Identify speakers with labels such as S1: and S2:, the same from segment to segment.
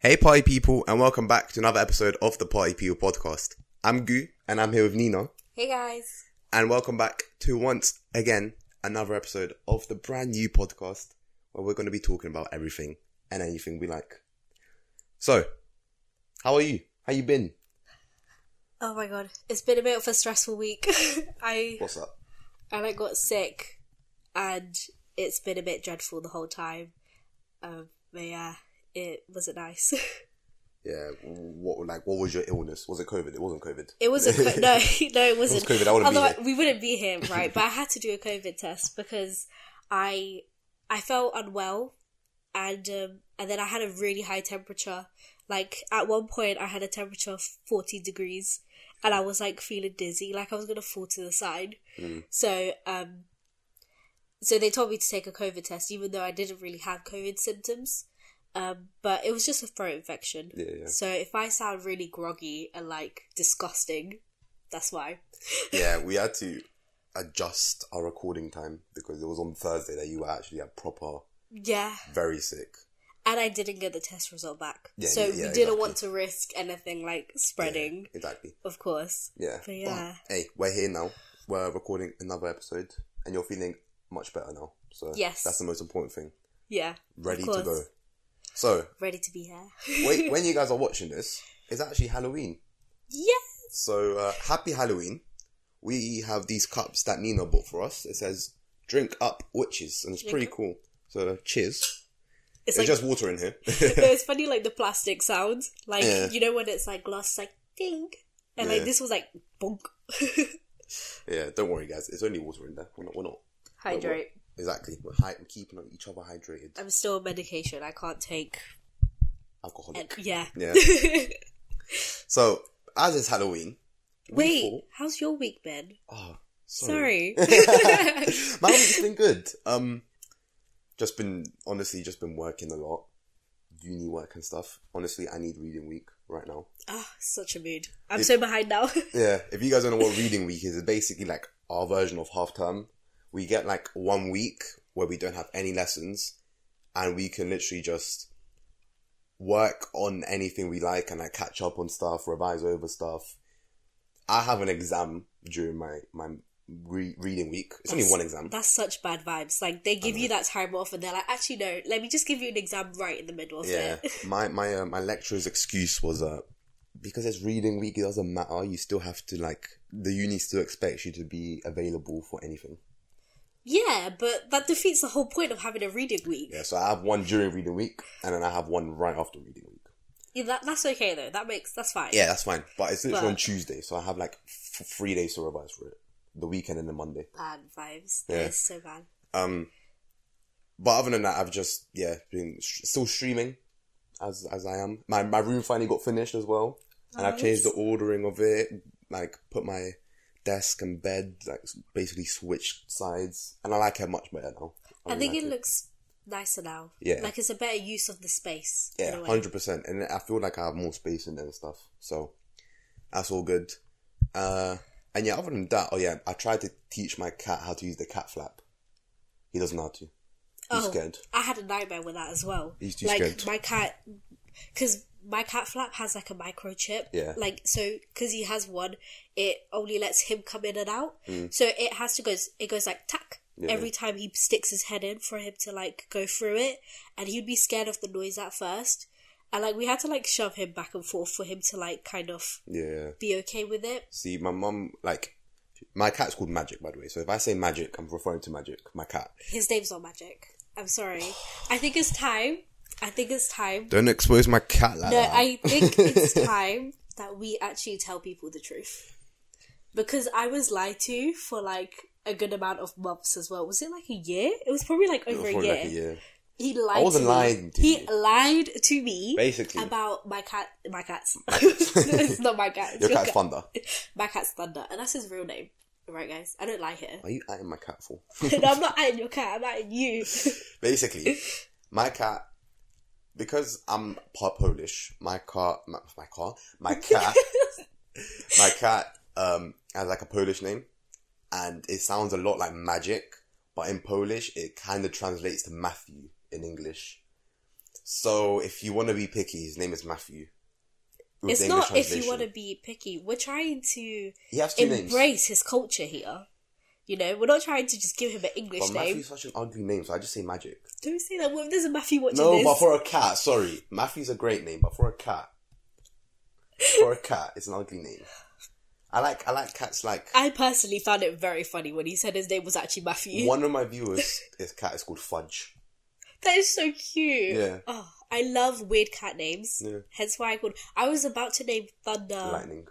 S1: Hey, party people, and welcome back to another episode of the Party People podcast. I'm Gu, and I'm here with Nina,
S2: Hey guys.
S1: and welcome back to once again another episode of the brand new podcast where we're going to be talking about everything and anything we like. So, how are you? How you been?
S2: Oh my god, it's been a bit of a stressful week. I
S1: What's up?
S2: I like got sick, and it's been a bit dreadful the whole time. Um, but yeah, it wasn't nice.
S1: Yeah, what like what was your illness? Was it COVID? It wasn't COVID.
S2: it was a co- no, no, it wasn't.
S1: COVID, I wouldn't be
S2: Otherwise,
S1: here.
S2: we wouldn't be here, right? but I had to do a COVID test because I I felt unwell, and um, and then I had a really high temperature. Like at one point, I had a temperature of forty degrees, and I was like feeling dizzy, like I was gonna fall to the side.
S1: Mm.
S2: So, um, so they told me to take a COVID test, even though I didn't really have COVID symptoms. Um, but it was just a throat infection.
S1: Yeah, yeah.
S2: So if I sound really groggy and like disgusting, that's why.
S1: Yeah, we had to adjust our recording time because it was on Thursday that you were actually at proper
S2: Yeah,
S1: very sick.
S2: and I didn't get the test result back,
S1: Yeah, yeah,
S2: so we
S1: yeah,
S2: didn't
S1: exactly.
S2: want to risk anything like spreading.
S1: Yeah, exactly.
S2: Of course.
S1: Yeah.
S2: But yeah.
S1: But, hey, we're here now. We're recording another episode, and you're feeling much better now. So
S2: Yes.
S1: that's the most important thing.
S2: Yeah.
S1: Ready
S2: of
S1: to
S2: course.
S1: go. So
S2: Ready to be here.
S1: wait, when you guys are watching this, it's actually Halloween.
S2: yes.
S1: So uh, happy Halloween! We have these cups that Nina bought for us. It says "Drink up, witches," and it's pretty cool. So cheers.
S2: It's
S1: There's
S2: like
S1: just water in here.
S2: no, it's funny like the plastic sounds. Like
S1: Yeah.
S2: you know when it's like glass like ding. And
S1: Yeah.
S2: like this was like bonk.
S1: yeah, don't worry, guys. It's only water in there. We're not. We're not
S2: Hydrate.
S1: exactly. We're, hy- we're keeping each other hydrated.
S2: I'm still on medication. I can't take and
S1: Alcoholic.
S2: yeah.
S1: Yeah. So as it's Halloween, we
S2: Wait,
S1: thought-
S2: how's your week been?
S1: Oh, sorry.
S2: Sorry.
S1: My week's been good. Um, just been honestly just been working a lot, uni work and stuff. Honestly, I need reading week right now.
S2: Ah, such a mood. I'm so behind now.
S1: Yeah, if you guys don't know what reading week is, it's basically like our version of half term. We get like one week where we don't have any lessons, and we can literally just work on anything we like and like catch up on stuff, revise over stuff. I have an exam during my my re- reading week. It's only
S2: That's-
S1: one exam.
S2: That's such bad vibes. Like they give you that time off, and they're like, actually, no. Let me just give you an exam right in the middle of
S1: Yeah,
S2: it.
S1: my my uh, my lecturer's excuse was uh, because it's reading week, it doesn't matter. You still have to like the uni still expects you to be available for anything.
S2: yeah, but that defeats the whole point of having a reading week.
S1: Yeah, so I have one during reading week, and then I have one right after reading week.
S2: Yeah, that, that's okay though. That makes that's fine.
S1: Yeah, that's fine. But it's literally
S2: But-
S1: on Tuesday, so I have like f- three days to revise for it: the weekend and the Monday.
S2: Bad vibes.
S1: Yeah.
S2: That is so bad.
S1: Um, but other than that, I've just yeah been sh- still streaming as as I am. My my room finally got finished as well, and I've changed the ordering of it. Like put my desk and bed like s- basically switched sides, and I like it much better now.
S2: I
S1: really
S2: think
S1: like
S2: it looks nicer now.
S1: Yeah.
S2: like it's a better use of the space. in
S1: Yeah,
S2: a way.
S1: hundred percent. And I feel like I have more space in there and stuff. So that's all good. Uh, and yeah, other than that, oh yeah, I tried to teach my cat how to use the cat flap. He doesn't know how to. He's
S2: Oh.
S1: scared.
S2: I had a nightmare with that as well.
S1: He's too
S2: like
S1: scared.
S2: my cat, because my cat flap has like a microchip.
S1: Yeah.
S2: Like so, because he has one, it only lets him come in and out. So it has to goes. It goes like tack
S1: Mm. Yeah.
S2: every time he sticks his head in for him to like go through it, and he'd be scared of the noise at first. And like we had to like shove him back and forth for him to like kind of
S1: Yeah.
S2: be okay with it.
S1: See, my mum like my cat's called Magic, by the way. So if I say Magic, I'm referring to Magic, my cat.
S2: His name's not magic. I'm sorry. I think it's time. I think it's time
S1: Don't expose my cat like
S2: No, I think it's time that we actually tell people the truth. Because I was lied to for like a good amount of months as well. Was it like a year? It was probably like over a, year.
S1: like a year.
S2: He lied.
S1: wasn't
S2: to
S1: lying
S2: me.
S1: to
S2: he
S1: you.
S2: lied to me
S1: Basically.
S2: about my cat. My cats. it's not my cat. it's
S1: Your cat's
S2: cat.
S1: Thunder.
S2: My cat's Thunder, and that's his real name. Right, guys. I don't lie here.
S1: Are you eating my cat for?
S2: no, I'm not at your cat. I'm at you.
S1: basically, my cat, because I'm part Polish, my car, my, my car, my cat, my cat, um, has like a Polish name, and it sounds a lot like magic, but in Polish, it kind of translates to Matthew in English. So if you want to be picky, his name is Matthew. With the
S2: It's
S1: English
S2: not if you
S1: translation.
S2: want to be picky. We're trying to
S1: He has two names.
S2: embrace his culture here. You know, we're not trying to just give him an English
S1: But
S2: name.
S1: Matthew's such an ugly name, so I just say magic.
S2: Don't say that. What if there's a Matthew watching
S1: No,
S2: this?
S1: but for a cat, sorry. Matthew's a great name, but for a cat. For a cat, it's an ugly name. I like I like cats like
S2: I personally found it very funny when he said his name was actually Matthew.
S1: one of my viewers is cat is called Fudge.
S2: That is so cute.
S1: Yeah.
S2: Oh, I love weird cat names.
S1: Yeah.
S2: Hence why I called. I was about to name Thunder.
S1: Lightning.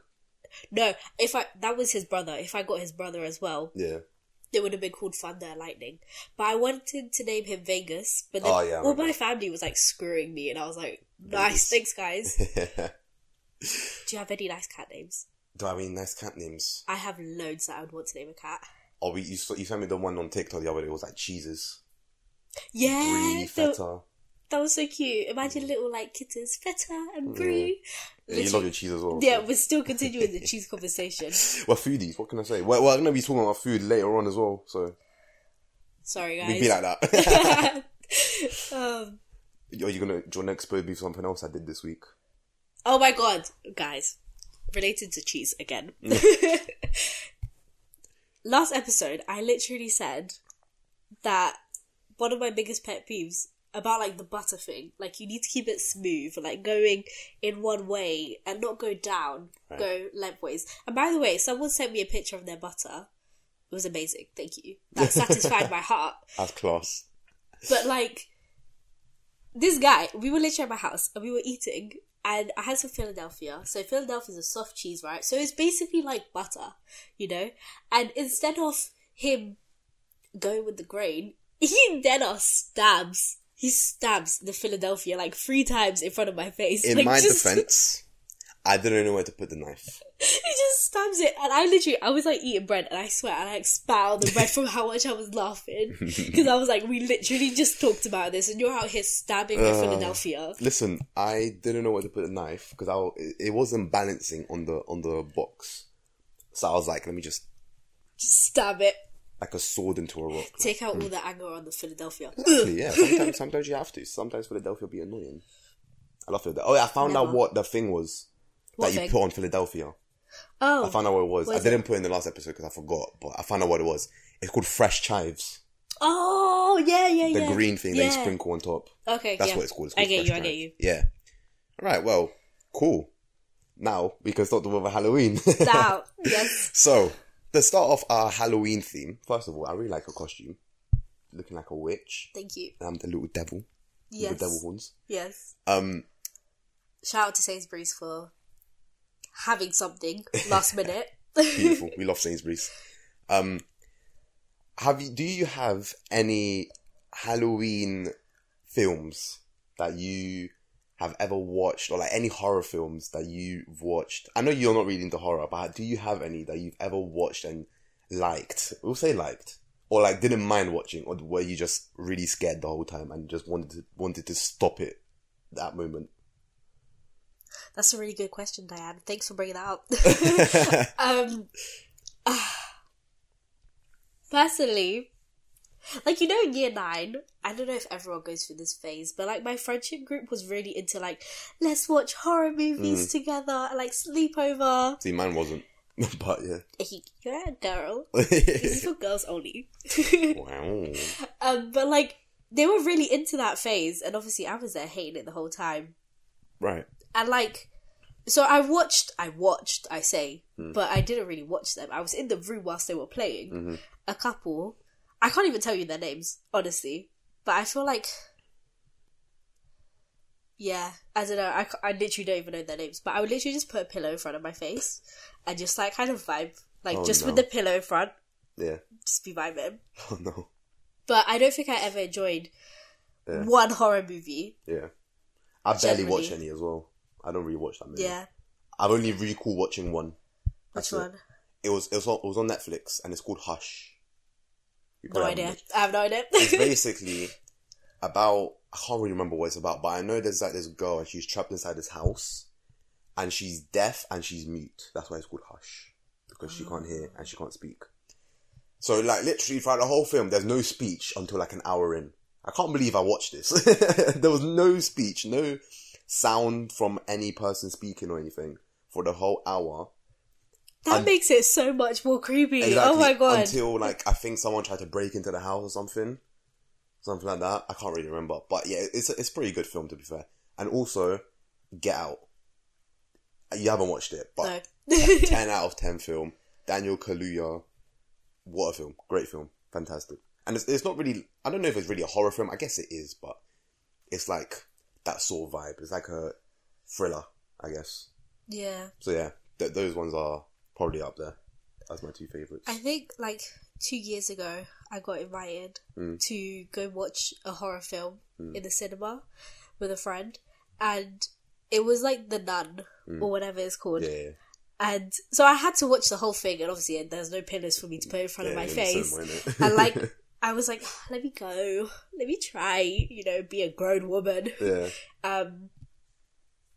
S2: No, if I that was his brother. If I got his brother as well,
S1: Yeah.
S2: it would have been called Thunder and Lightning. But I wanted to name him Vegas, but then
S1: Oh, yeah, I
S2: all
S1: remember.
S2: my family was like screwing me, and I was like,
S1: Vegas.
S2: "Nice, thanks, guys."
S1: Do
S2: Do you have any nice cat names?
S1: I mean nice cat names?
S2: I have loads that I would want to name a cat.
S1: Oh, we, you saw, you sent me the one on TikTok the other day. It was like cheeses,
S2: Yeah,
S1: brie,
S2: that,
S1: feta.
S2: that was so cute. Imagine little like kittens, feta and brie.
S1: Yeah, you love your cheese as well.
S2: Yeah, we're still continuing the cheese conversation.
S1: We're foodies. What can I say? We're, we're going to be talking about food later on as well, so
S2: Sorry,
S1: we'd be like
S2: guys.
S1: that.
S2: um,
S1: Are you gonna? Do you want to expose me for something else I did this week?
S2: oh my god, guys! Related to cheese again. Last episode, I literally said that one of my biggest pet peeves about like the butter thing, like you need to keep it smooth, like going in one way and not go down,
S1: Right.
S2: go lengthways. And by the way, someone sent me a picture of their butter. It was amazing. Thank you. That satisfied my heart.
S1: As class.
S2: But like this guy, we were literally at my house and we were eating and I had some Philadelphia. So Philadelphia is a soft cheese, right? So it's basically like butter, you know? And instead of him going with the grain, he then uh, stabs he stabs the Philadelphia like three times in front of my face.
S1: In
S2: Like,
S1: my
S2: just-
S1: defense, I didn't know where to put the knife.
S2: he just stabs it, and I literally, I was like eating bread, and I swear, I like spat out the bread from how much I was laughing because I was like, we literally just talked about this, and you're out here stabbing the Philadelphia.
S1: Listen, I didn't know where to put the knife because I it- it wasn't balancing on the on the box. So I was like, let me just
S2: Just stab it,
S1: like a sword into a rock.
S2: take out all the anger on the Philadelphia.
S1: Exactly, yeah. Sometimes, sometimes you have to. Sometimes Philadelphia be annoying. I love Philadelphia. Oh, yeah, I found out
S2: Never.
S1: what the thing was
S2: What
S1: that you
S2: thing?
S1: put on Philadelphia. I
S2: Oh,
S1: found out what it was.
S2: What
S1: I
S2: is
S1: didn't put in the last episode because I forgot, but I found out what it was. It's called fresh chives.
S2: oh, yeah, yeah,
S1: The
S2: yeah.
S1: green thing that
S2: Yeah.
S1: you sprinkle on top.
S2: Okay,
S1: That's
S2: yeah.
S1: what it's called. It's
S2: I
S1: called fresh
S2: get you. I get
S1: chives.
S2: you.
S1: Yeah. All right. Well, cool. Now we can start talking about Halloween.
S2: Now, yes,
S1: so to start off our Halloween theme, first of all, I really like her costume, looking like a witch.
S2: thank you.
S1: Um, the little devil,
S2: Yes,
S1: the devil horns.
S2: yes.
S1: Um,
S2: Shout out to Sainsbury's for having something last minute.
S1: beautiful. we love Sainsbury's. Um, have you? Do you have any Halloween films that you have ever watched, or like any horror films that you've watched? I know you're not really into horror, but do you have any that you've ever watched and liked? We'll say liked, or like didn't mind watching, or were you just really scared the whole time and just wanted to, wanted to stop it that moment?
S2: That's a really good question, Diane. Thanks for bringing that up. um, ah, personally, like you know, in year nine, I don't know if everyone goes through this phase, but like my friendship group was really into like, let's watch horror movies together, and, like sleepover.
S1: See, mine wasn't, but yeah.
S2: You're a girl. This is for girls only.
S1: wow.
S2: um, but like they were really into that phase, and obviously I was there hating it the whole time.
S1: Right.
S2: and like so i watched i watched i say
S1: Hmm.
S2: but i didn't really watch them i was in the room whilst they were playing
S1: Mm-hmm.
S2: a couple i can't even tell you their names honestly but i feel like yeah i don't know i, ca- I literally don't even know their names but i would literally just put a pillow in front of my face and just like kind of vibe like
S1: Oh,
S2: just with
S1: no.
S2: the pillow in front
S1: Yeah.
S2: just be vibing
S1: Oh no.
S2: but i don't think i ever enjoyed
S1: Yeah.
S2: one horror movie
S1: Yeah. I barely
S2: Generally.
S1: watch any as well. I don't really watch that many.
S2: yeah
S1: I've only recall watching one. That's
S2: which one
S1: It. it was it was on, it was on Netflix and it's called Hush. You
S2: no
S1: probably haven't
S2: idea
S1: watched-
S2: i have no idea
S1: It's basically about I can't really remember what it's about, but I know there's like this girl and she's trapped inside this house and she's deaf and she's mute. That's why it's called Hush. Because she can't hear and she can't speak. So like literally throughout the whole film there's no speech until like an hour in. I can't believe I watched this. there was no speech, no sound from any person speaking or anything for the whole hour.
S2: That
S1: Un-
S2: makes it so much more creepy.
S1: Exactly,
S2: oh my god.
S1: Until like I think someone tried to break into the house or something, something like that. I can't really remember, but yeah, it's it's a pretty good film to be fair. And also, Get Out. You haven't watched it, but
S2: no.
S1: ten out of ten film. Daniel Kaluuya, what a film! Great film, fantastic. And it's, it's not really. I don't know if it's really a horror film. I guess it is, but it's like that sort of vibe. It's like a thriller, I guess.
S2: yeah.
S1: So yeah, th- those ones are probably up there as my two favorites.
S2: I think like two years ago, I got invited
S1: Mm.
S2: to go watch a horror film
S1: Hmm.
S2: in the cinema with a friend, and it was like The Nun or whatever it's called.
S1: Hmm. yeah, yeah.
S2: And so I had to watch the whole thing, and obviously there's no pillars for me to put in front of my
S1: yeah,
S2: face.
S1: same way, innit?
S2: and like I was like, "Ah, let me go, let me try, you know, be a grown woman.
S1: yeah,
S2: Um,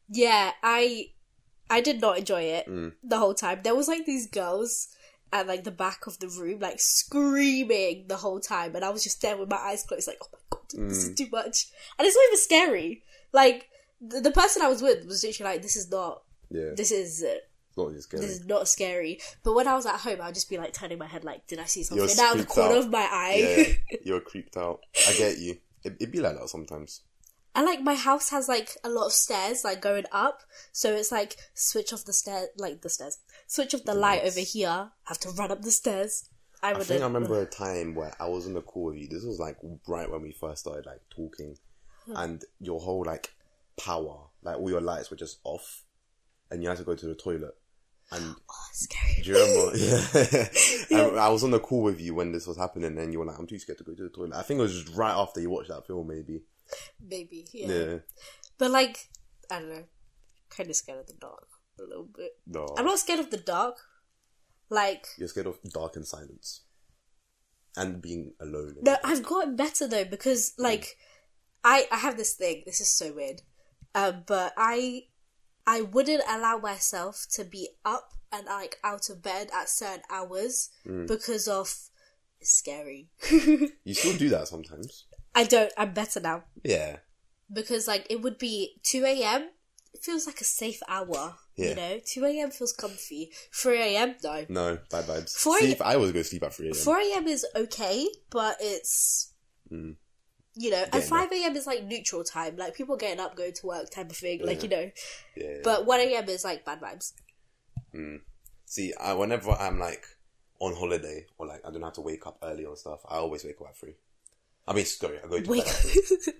S2: yeah, I I did not enjoy it
S1: Mm.
S2: the whole time. There was like these girls at like the back of the room, like screaming the whole time, and I was just there with my eyes closed, like, oh my god, this
S1: Mm.
S2: is too much, and it's not even scary. Like the, the person I was with was literally like, this is not,
S1: yeah.
S2: this is. Uh,
S1: It's not really scary.
S2: this is not scary. But when I was at home, I'd just be like turning my head, like, did I see
S1: You're
S2: something out of the
S1: creeped
S2: corner
S1: out.
S2: of my eye?
S1: yeah, you're creeped out. I get you. It, it'd be like that sometimes.
S2: And like my house has like a lot of stairs like going up, so it's like switch off the stair, like the stairs, switch off the light
S1: lights.
S2: over here. Have to run up the stairs. I
S1: I
S2: would.
S1: think I remember a time where I was on a call with you. This was like right when we first started like talking, and your whole like power, like all your lights were just off, and you had to go to the toilet. And
S2: Oh, it's scary.
S1: do you remember? yeah. And I was on the call with you when this was happening, and you were like, "I'm too scared to go to the toilet." I think it was just right after you watched that film, maybe.
S2: Maybe. Yeah.
S1: Yeah.
S2: But like, I don't know. Kind of scared of the dark a little bit.
S1: No.
S2: I'm not scared of the dark. Like
S1: You're scared of dark and silence, and being alone.
S2: No, I've gotten better though because like I I have this thing. This is so weird, um, but I I wouldn't allow myself to be up and like out of bed at certain hours because of it's scary.
S1: You still do that sometimes.
S2: I don't. I'm better now
S1: Yeah.
S2: because like it would be two a.m. It feels like a safe hour.
S1: Yeah.
S2: You know, two a.m. feels comfy. Three a.m. No,
S1: No, bad vibes.
S2: Four-
S1: Sleep. I always go sleep at three a.m.
S2: 4 a.m. is okay, but it's. You know, and
S1: Mm. Getting there.
S2: 5 a.m. is like neutral time, like people getting up, going to work type of thing, like, you know.
S1: Yeah.
S2: But 1 a.m. is like bad vibes.
S1: See, I, whenever I'm like on holiday or like I don't have to wake up early and stuff, I always wake up at three. I mean, sorry, I go to
S2: Wake
S1: bed at three.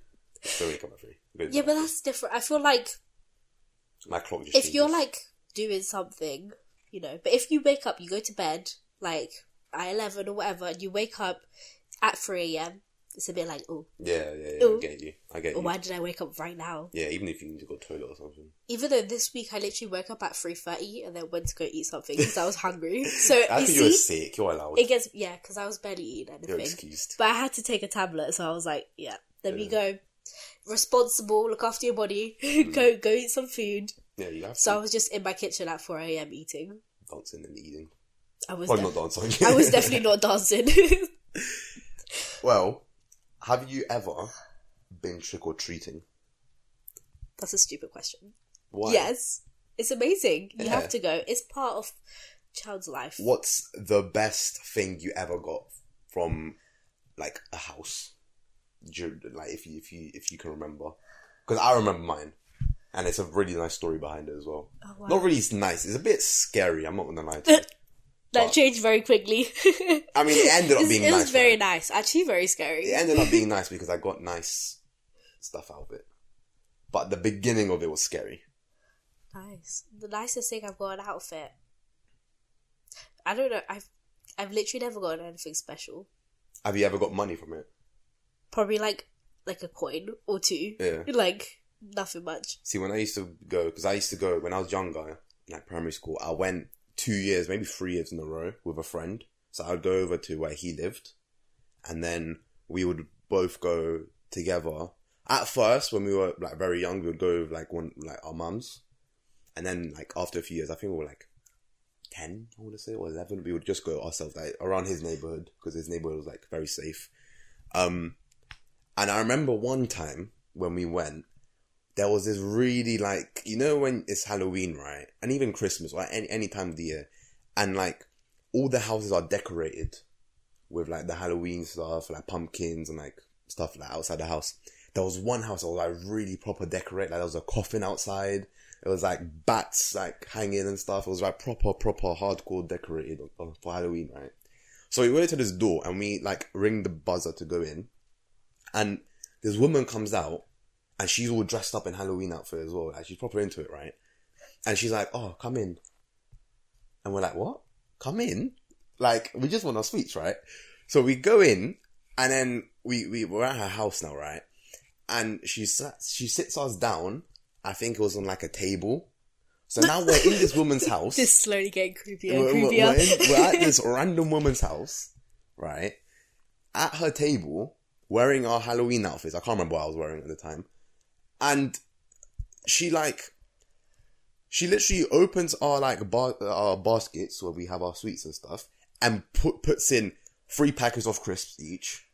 S1: I wake up at three. I go to
S2: yeah,
S1: bed
S2: but
S1: at
S2: that's different. I feel like
S1: three. my clock just.
S2: if you're
S1: changes.
S2: like doing something, you know, but if you wake up, you go to bed, like at 11 or whatever, and you wake up at 3 a.m., it's a bit like, oh,
S1: yeah, yeah, yeah, I
S2: Ooh. Oh,
S1: get you. I get you.
S2: why did I wake up right now?
S1: Yeah, even if you need to go to the toilet or something.
S2: Even though this week I literally woke up at 3.30 and then went to go eat something because I was hungry. So,
S1: I
S2: you
S1: think
S2: see,
S1: you're sick. You're allowed.
S2: It gets yeah, because I was barely eating
S1: You're
S2: anything,
S1: excused.
S2: but I had to take a tablet, so I was like, yeah, there we
S1: Yeah. Mm.
S2: go. Responsible, look after your body. go go eat some food.
S1: Yeah, you have
S2: So I
S1: to
S2: was just in my kitchen at four a.m. eating.
S1: dancing and eating.
S2: I was
S1: Well, not
S2: def-
S1: dancing.
S2: I was definitely not dancing.
S1: Well, have you ever been trick or treating?
S2: That's a stupid question.
S1: Why?
S2: Yes, it's amazing. You
S1: Yeah.
S2: have to go. It's part of child's life.
S1: What's the best thing you ever got from like a house? Do you- like if you if you if you can remember, because I remember mine, and it's a really nice story behind it as well.
S2: Oh, wow.
S1: Not really nice. It's a bit scary. I'm not gonna lie. To you.
S2: that
S1: But-
S2: changed very quickly. it
S1: I mean, it ended up
S2: was,
S1: being
S2: it was
S1: nice.
S2: very
S1: right?
S2: nice, actually, very scary.
S1: It ended up being nice because I got nice stuff out of it, but the beginning of it was scary.
S2: Nice. The nicest thing I've got an outfit. I don't know. I've I've literally never gotten anything special.
S1: Have you ever got money from it?
S2: Probably like like a coin or two.
S1: Yeah.
S2: Like nothing much.
S1: See, when I used to go, because I used to go when I was younger, like primary school, I went two years, maybe three years in a row with a friend. So I'd go over to where he lived, and then we would both go together. At first, when we were like very young, we would go with like one like our mums, and then like after a few years, I think we were like ten, I want to say, or eleven. We would just go ourselves like around his neighborhood because his neighborhood was like very safe. Um, And I remember one time when we went, there was this really like you know when it's Halloween, right? And even Christmas, right? Any any time of the year, and like all the houses are decorated with like the Halloween stuff, like pumpkins and like stuff like outside the house. There was one house that was like really proper decorated. Like there was a coffin outside. It was like bats like hanging and stuff. It was like proper, proper hardcore decorated uh, for Halloween, right? So we went to this door and we like ring the buzzer to go in, and this woman comes out and she's all dressed up in Halloween outfit as well. Like she's proper into it, right? And she's like, "Oh, come in," and we're like, "What? Come in?" Like we just want our sweets, right? So we go in, and then we, we we're at her house now, right? And she sat, she sits us down. I think it was on like a table. So now we're in this woman's house.
S2: This is slowly getting creepier and
S1: we're, we're-
S2: creepier.
S1: we're in- we're at this random woman's house, right? At her table, wearing our Halloween outfits. I can't remember what I was wearing at the time. And she like, she literally opens our like bar, our baskets where we have our sweets and stuff, and put puts in three packets of crisps each,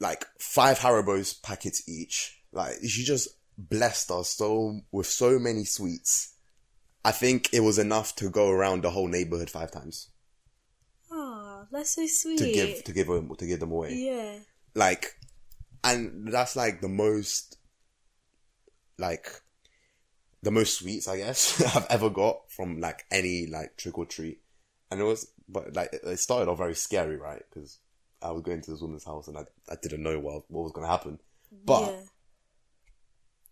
S1: like five Haribo's packets each. Like she just blessed us so with so many sweets. I think it was enough to go around the whole neighborhood five times
S2: Aw, Ah, that's so sweet.
S1: to give to give them to give them away.
S2: yeah.
S1: Like, and that's like the most, like, the most sweets I guess I've ever got from like any like trick or treat. And it was, but like it- it started off very scary, right? Because I was going to this woman's house and I, I didn't know what what was gonna happen, but
S2: yeah.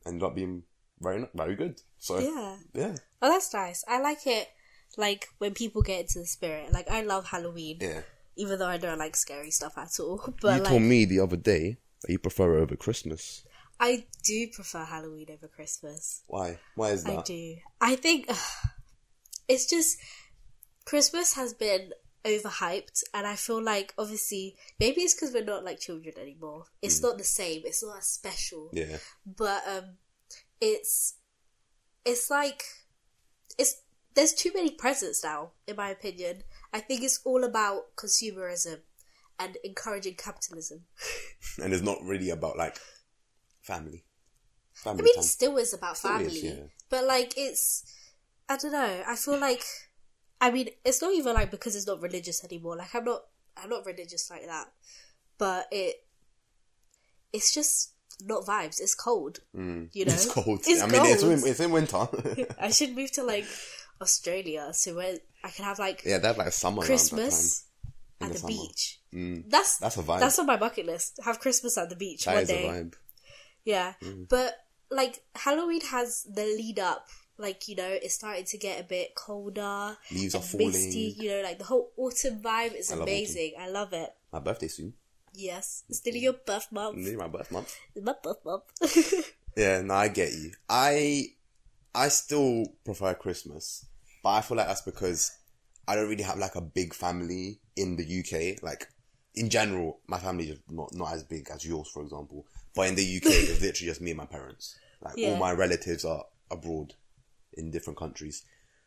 S1: ended up being very very good. So
S2: Yeah.
S1: yeah,
S2: Oh, that's nice. I like it. Like when people get into the spirit. Like I love Halloween,
S1: yeah.
S2: even though I don't like scary stuff at all. But
S1: you
S2: like,
S1: told me the other day that you prefer it over Christmas.
S2: I do prefer Halloween over Christmas.
S1: Why? Why is that?
S2: I do. I think it's just Christmas has been overhyped, and I feel like obviously maybe it's because we're not like children anymore. It's not the same. It's not as special.
S1: Yeah.
S2: but um it's it's like it's there's too many presents now in my opinion i think it's all about consumerism and encouraging capitalism
S1: and it's not really about like family.
S2: i
S1: Family
S2: mean
S1: time.
S2: it still is about
S1: Still
S2: family
S1: is, yeah.
S2: but like it's i don't know i feel like i mean it's not even like because it's not religious anymore like i'm not i'm not religious like that but it it's just not vibes it's cold you know
S1: Mm. it's cold.
S2: It's
S1: I mean, it's
S2: cold.
S1: in, it's in winter.
S2: I should move to like Australia, so where I can have like
S1: yeah, that's like summer. around that
S2: Christmas
S1: time, in
S2: at the,
S1: summer. Mm.
S2: beach. That's
S1: That's a vibe.
S2: That's on my bucket list. Have Christmas at the beach
S1: That
S2: one
S1: is
S2: day.
S1: a vibe.
S2: Yeah,
S1: Mm.
S2: but like Halloween has the lead up. Like you know, it's starting to get a bit colder,
S1: Leaves
S2: and
S1: are falling.
S2: misty. You know, like the whole autumn vibe is
S1: I love
S2: amazing. I love it.
S1: My birthday soon.
S2: Yes, it's
S1: Mm.
S2: still your birth month.
S1: Nearly my birth month.
S2: It's My birth month.
S1: Mm. Yeah, no, I get you. I I still prefer Christmas, but I feel like that's because I don't really have like a big family in the UK. Like in general, my family is not not as big as yours, for example. But in the UK, it's literally just me and my parents. Like
S2: Yeah.
S1: all my relatives are abroad in different countries.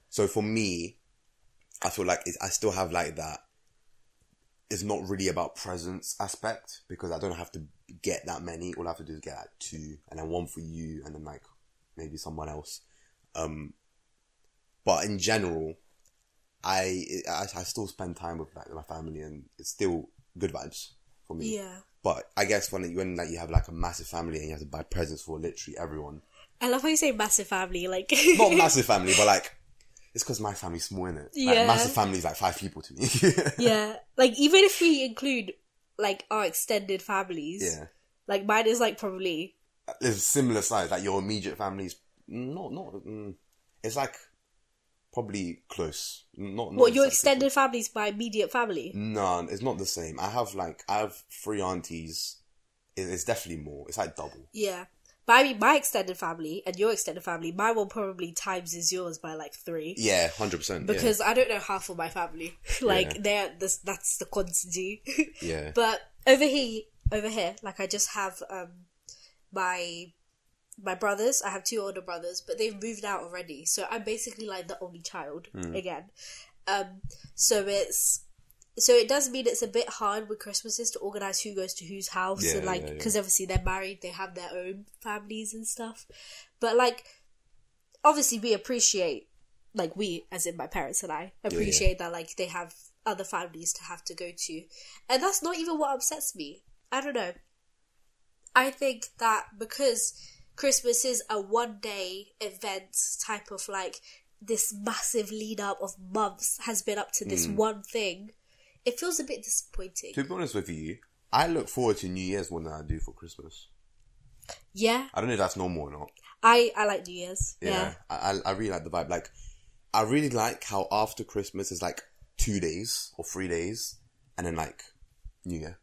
S1: So for me, I feel like it's, I still have like that. It's not really about presence aspect because I don't have to get that many. All I have to do is get like two, and then one for you, and then like maybe someone else. Um, but in general, I, I I still spend time with like my family, and it's still good vibes for me.
S2: yeah,
S1: But I guess when when like you have like a massive family and you have to buy presents for literally everyone,
S2: I love how you say massive family. Like
S1: not massive family, but like it's because my family's small, innit? it?
S2: Yeah.
S1: Like, massive family's like five people to me.
S2: yeah, like even if we include like our extended families,
S1: yeah,
S2: Like mine is like probably
S1: it's similar size. Like your immediate family's not not. Mm, it's like probably close. Not, not
S2: what your
S1: exactly
S2: extended family's my immediate family.
S1: No, it's not the same. I have like I have three aunties. It- It's definitely more. It's like double.
S2: Yeah. But I mean my extended family and your extended family, mine will probably times is yours by like three.
S1: Yeah, hundred percent.
S2: Because I don't know half of my family. like
S1: Yeah.
S2: they're this, that's the quantity.
S1: yeah,
S2: but over here over here, like I just have um my my brothers, I have two older brothers, but they've moved out
S1: Hmm.
S2: already. So I'm basically like the only child again. Um so it's so it does mean it's a bit hard with Christmases to organize who goes to whose house
S1: Yeah,
S2: and like
S1: yeah, yeah.
S2: because obviously they're married, they have their own families and stuff. But like, obviously we appreciate, like we as in my parents and I appreciate that like they have other families to have to go to, and that's not even what upsets me. I don't know. I think that because Christmas is a one day event type of like this massive lead up of months has been up to this one thing, it feels a bit disappointing.
S1: Hmm. To be honest with you, I look forward to New Year's more than I do for Christmas.
S2: Yeah,
S1: I don't know if that's normal or not.
S2: I, I like New Year's. Yeah.
S1: Yeah, I, I I really like the vibe. Like, I really like how after Christmas is like two days or three days, and then like New Year.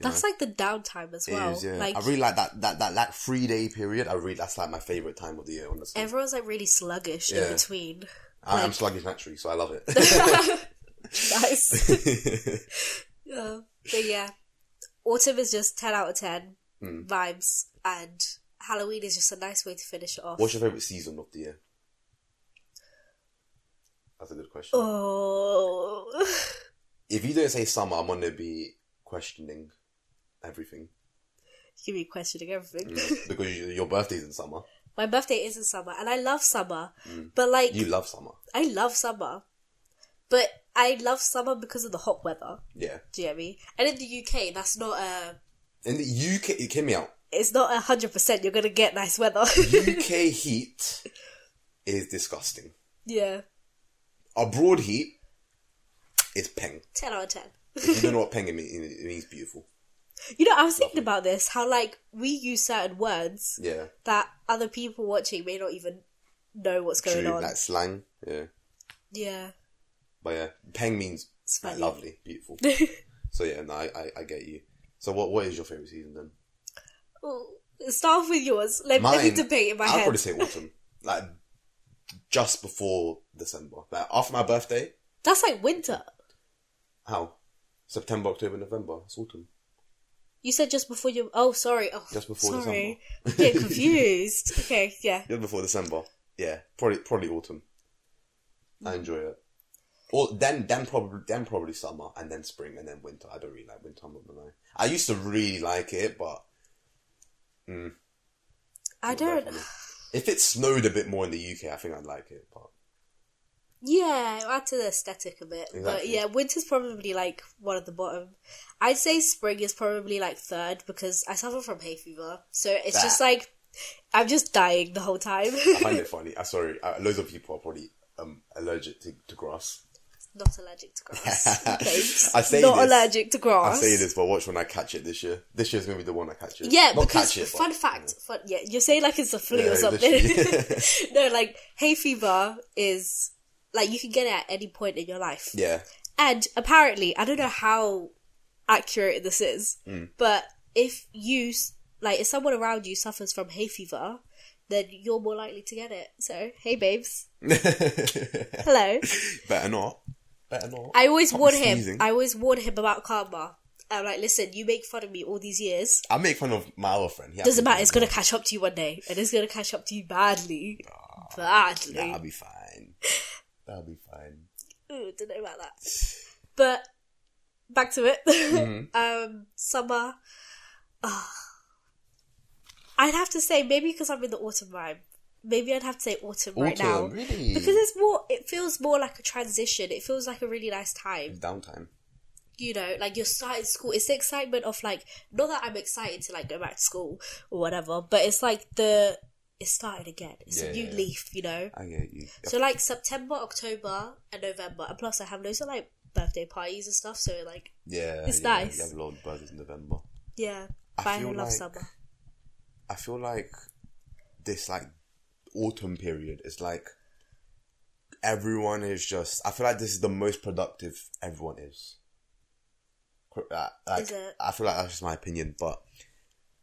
S2: That's like the downtime as
S1: It
S2: well.
S1: is, yeah.
S2: Like
S1: I really like that that that that three day period. I really that's like my favorite time of the year. Honestly,
S2: everyone's like really sluggish
S1: Yeah.
S2: in between.
S1: I, I'm
S2: like-
S1: sluggish naturally, so I love it.
S2: nice. Uh, but yeah, autumn is just 10 out of 10
S1: Hmm.
S2: vibes, and Halloween is just a nice way to finish it off.
S1: What's your favorite season of the year? That's a good question.
S2: oh.
S1: If you don't say summer, I'm gonna be questioning everything
S2: you be questioning everything.
S1: Hmm. because you, your birthday's in summer.
S2: My birthday is in summer, and I love summer, but like,
S1: Hmm. You love summer,
S2: I love summer, but I love summer because of the hot weather.
S1: yeah.
S2: Do you know what I mean? And in the UK, that's not a.
S1: In the UK, you hear me out.
S2: It's not a hundred percent. You're gonna get nice weather.
S1: UK heat is disgusting.
S2: yeah,
S1: Abroad heat is peng.
S2: ten out of ten.
S1: If you don't know what peng means, it means beautiful.
S2: You know, I was thinking about this. How like we use certain words
S1: Yeah.
S2: that other people watching may not even know what's going
S1: True,
S2: on.
S1: like slang. Yeah.
S2: Yeah,
S1: But yeah, peng means like,
S2: funny.
S1: lovely, beautiful. so yeah, no, I, I, I get you. So what what is your favourite season then?
S2: Well, start off with yours. Let, let me debate in my
S1: I'd
S2: head.
S1: probably say autumn. Like just before December. Like after my birthday.
S2: That's like winter.
S1: How? September, October, November. It's autumn.
S2: You said just before you. Oh, sorry. Oh,
S1: Just before
S2: sorry. I'm getting confused. okay, yeah.
S1: Just before December. Yeah, probably probably autumn. I enjoy it. Or then then probably then probably summer and then spring and then winter. I don't really like winter. I'm not gonna lie. I used to really like it, but
S2: I don't.
S1: If it snowed a bit more in the UK, I think I'd like it. But
S2: Yeah, add to the aesthetic a bit. But
S1: Exactly.
S2: yeah, winter's probably like one at the bottom. I'd say spring is probably like third because I suffer from hay fever. So it's just
S1: That-
S2: like I'm just dying the whole time.
S1: I find it funny. I'm sorry. Uh, loads of people are probably um, allergic to, to grass.
S2: Not allergic to grass. Thanks.
S1: I say
S2: Not
S1: this-
S2: allergic to
S1: I
S2: grass.
S1: say this, but watch when I catch it this year. This year's gonna be the one I catch it.
S2: Yeah,
S1: Not
S2: because
S1: catch it, but-
S2: fun fact, fun yeah, you say like it's a flu
S1: Yeah,
S2: or something.
S1: literally.
S2: no, like hay fever is like you can get it at any point in your life.
S1: Yeah,
S2: And apparently, I don't know how accurate this is, but if you s- like if someone around you suffers from hay fever, then you're more likely to get it. So, hey babes, hello.
S1: better not. Better not.
S2: I always
S1: Stop
S2: warn him.
S1: sneezing.
S2: I always warn him about karma. I'm like, listen, you make fun of me all these years.
S1: I make fun of my other friend. He
S2: Doesn't
S1: actually-
S2: matter. It's gonna catch up to you one day, and it's gonna catch up to you badly, badly.
S1: Nah, I'll be fine. That'll be fine.
S2: Ooh, don't know about that. But back to it.
S1: Mm-hmm.
S2: um, summer. Ah. I'd have to say maybe because I'm in the autumn vibe. Maybe I'd have to say autumn, right now
S1: Autumn, really?
S2: because it's more. It feels more like a transition. It feels like a really nice time.
S1: Downtime.
S2: You know, like you're starting school. It's the excitement of like not that I'm excited to like go back to school or whatever, but it's like the it's starting again. It's
S1: Yeah,
S2: a new
S1: yeah, yeah.
S2: leaf. You know.
S1: I get you.
S2: So like September, October, and November, and plus I have loads of like birthday parties and stuff. So like,
S1: Yeah,
S2: It's
S1: yeah,
S2: nice.
S1: You have a lot of birthdays in November.
S2: yeah,
S1: I
S2: but I
S1: feel
S2: love
S1: like-
S2: summer.
S1: I feel like this like autumn period is like everyone is just. I feel like this is the most productive everyone is. Qu- uh, Like,
S2: Is it?
S1: I feel like that's just my opinion, but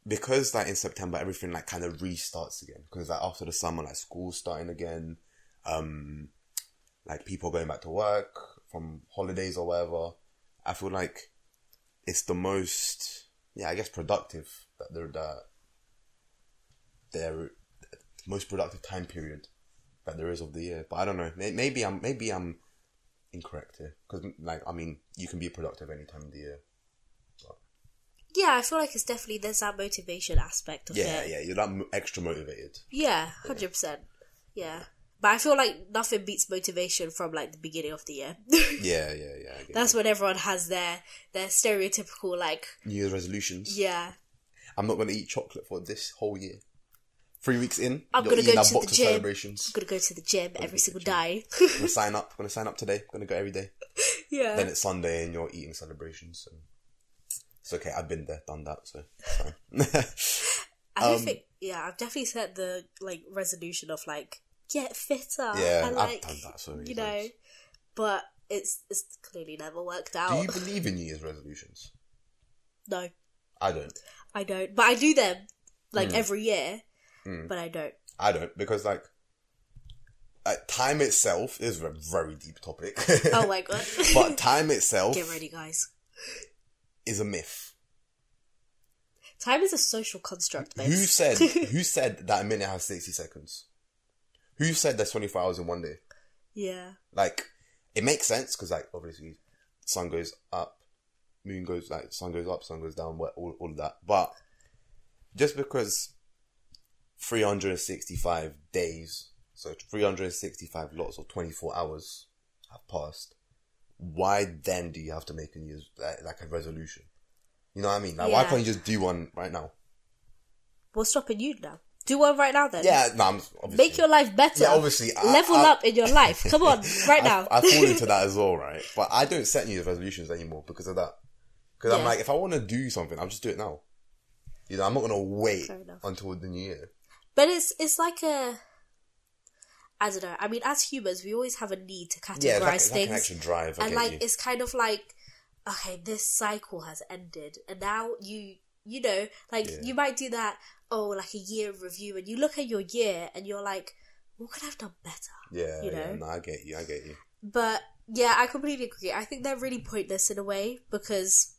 S1: because like in September everything like kind of restarts again because like after the summer like school's starting again, um, like people going back to work from holidays or whatever. I feel like it's the most yeah I guess productive that they're that their most productive time period that there is of the year. But I don't know. May- Maybe I'm maybe I'm incorrect here because, like, I mean, you can be productive any time of the year.
S2: Yeah, I feel like it's definitely there's that motivation aspect of
S1: Yeah,
S2: it.
S1: yeah, you're that m- extra motivated.
S2: Yeah, hundred percent. Yeah, but I feel like nothing beats motivation from like the beginning of the year.
S1: Yeah, yeah, yeah. I get
S2: That's when everyone has their their stereotypical like
S1: you. New Year's resolutions.
S2: yeah.
S1: I'm not going to eat chocolate for this whole year. Three weeks in,
S2: I'm
S1: you're
S2: gonna
S1: eating
S2: go
S1: our
S2: to the
S1: box of
S2: gym.
S1: celebrations.
S2: I'm gonna go to the gym every single day.
S1: I'm gonna sign up. I'm gonna sign up today. I'm gonna go every day.
S2: yeah.
S1: Then it's Sunday and you're eating celebrations. And it's okay. I've been there, done that. So it's fine.
S2: Uh, I don't
S1: Um,
S2: think. Yeah, I've definitely set the like resolution of like get fitter.
S1: Yeah,
S2: and,
S1: I've
S2: like,
S1: done that so many
S2: You know,
S1: times.
S2: but it's it's clearly never worked
S1: Do
S2: out.
S1: you believe in New Year's resolutions?
S2: no,
S1: I don't.
S2: I don't. But I do them
S1: Hmm.
S2: like every year. But I don't.
S1: I don't because like. Uh, time itself is a very deep topic.
S2: Oh my god!
S1: but time itself
S2: get ready, guys.
S1: is a myth.
S2: Time is a social construct.
S1: Who
S2: Babes.
S1: said who said that a minute has sixty seconds? Who said there's twenty four hours in one day?
S2: Yeah.
S1: Like, it makes sense because like obviously, sun goes up, moon goes like sun goes up, sun goes down, wha- all all of that. But just because three hundred and sixty five days, so three hundred and sixty five lots or twenty four hours have passed, why then do you have to make a new like, like a resolution? You know what I mean? Like, why
S2: Yeah.
S1: can't you just do one right now?
S2: What's stopping you now? Do one right now then.
S1: Yeah, no, I'm obviously.
S2: Make your life better.
S1: Yeah, obviously, I-
S2: Level
S1: I-
S2: up in your life. Come on, right now.
S1: I, I fall into that as well, right? But I don't set New Year's resolutions anymore because of that. Because I'm
S2: Yeah.
S1: like, if I want to do something, I'll just do it now. You know, I'm not gonna wait
S2: Fair enough.
S1: until the new year.
S2: But it's it's like a I don't know. I mean, as humans, we always have a need to categorize
S1: Yeah, it's like, it's like
S2: things,
S1: an extra drive. I
S2: and
S1: get
S2: like
S1: you.
S2: it's kind of like okay, this cycle has ended, and now you you know like
S1: Yeah.
S2: you might do that oh like a year review, and you look at your year and you're like, what could I have done better?
S1: yeah,
S2: you
S1: yeah,
S2: know.
S1: no, I get you. I get you.
S2: But yeah, I completely agree. I think they're really pointless in a way because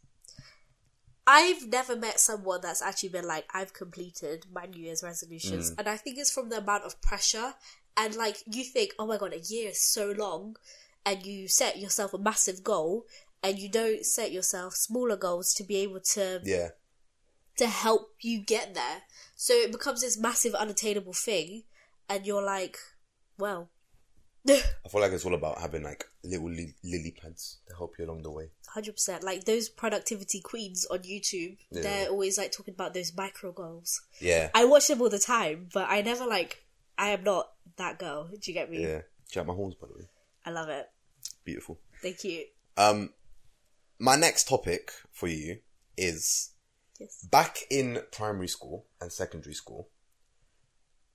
S2: I've never met someone that's actually been like, I've completed my New Year's resolutions. And I think it's from the amount of pressure. And like, you think, oh my god, a year is so long. And you set yourself a massive goal and you don't set yourself smaller goals to be able to
S1: Yeah,
S2: to help you get there. So it becomes this massive unattainable thing and you're like, well,
S1: I feel like it's all about having like little li- lily pads to help you along the way.
S2: Hundred percent. Like those productivity queens on YouTube,
S1: Yeah.
S2: they're always like talking about those micro goals.
S1: Yeah,
S2: I watch them all the time, but I never like. I am not that girl. Do you get me?
S1: yeah. Check my horns, by the way.
S2: I love it.
S1: Beautiful.
S2: They're cute.
S1: Um, my next topic for you is
S2: Yes.
S1: back in primary school and secondary school.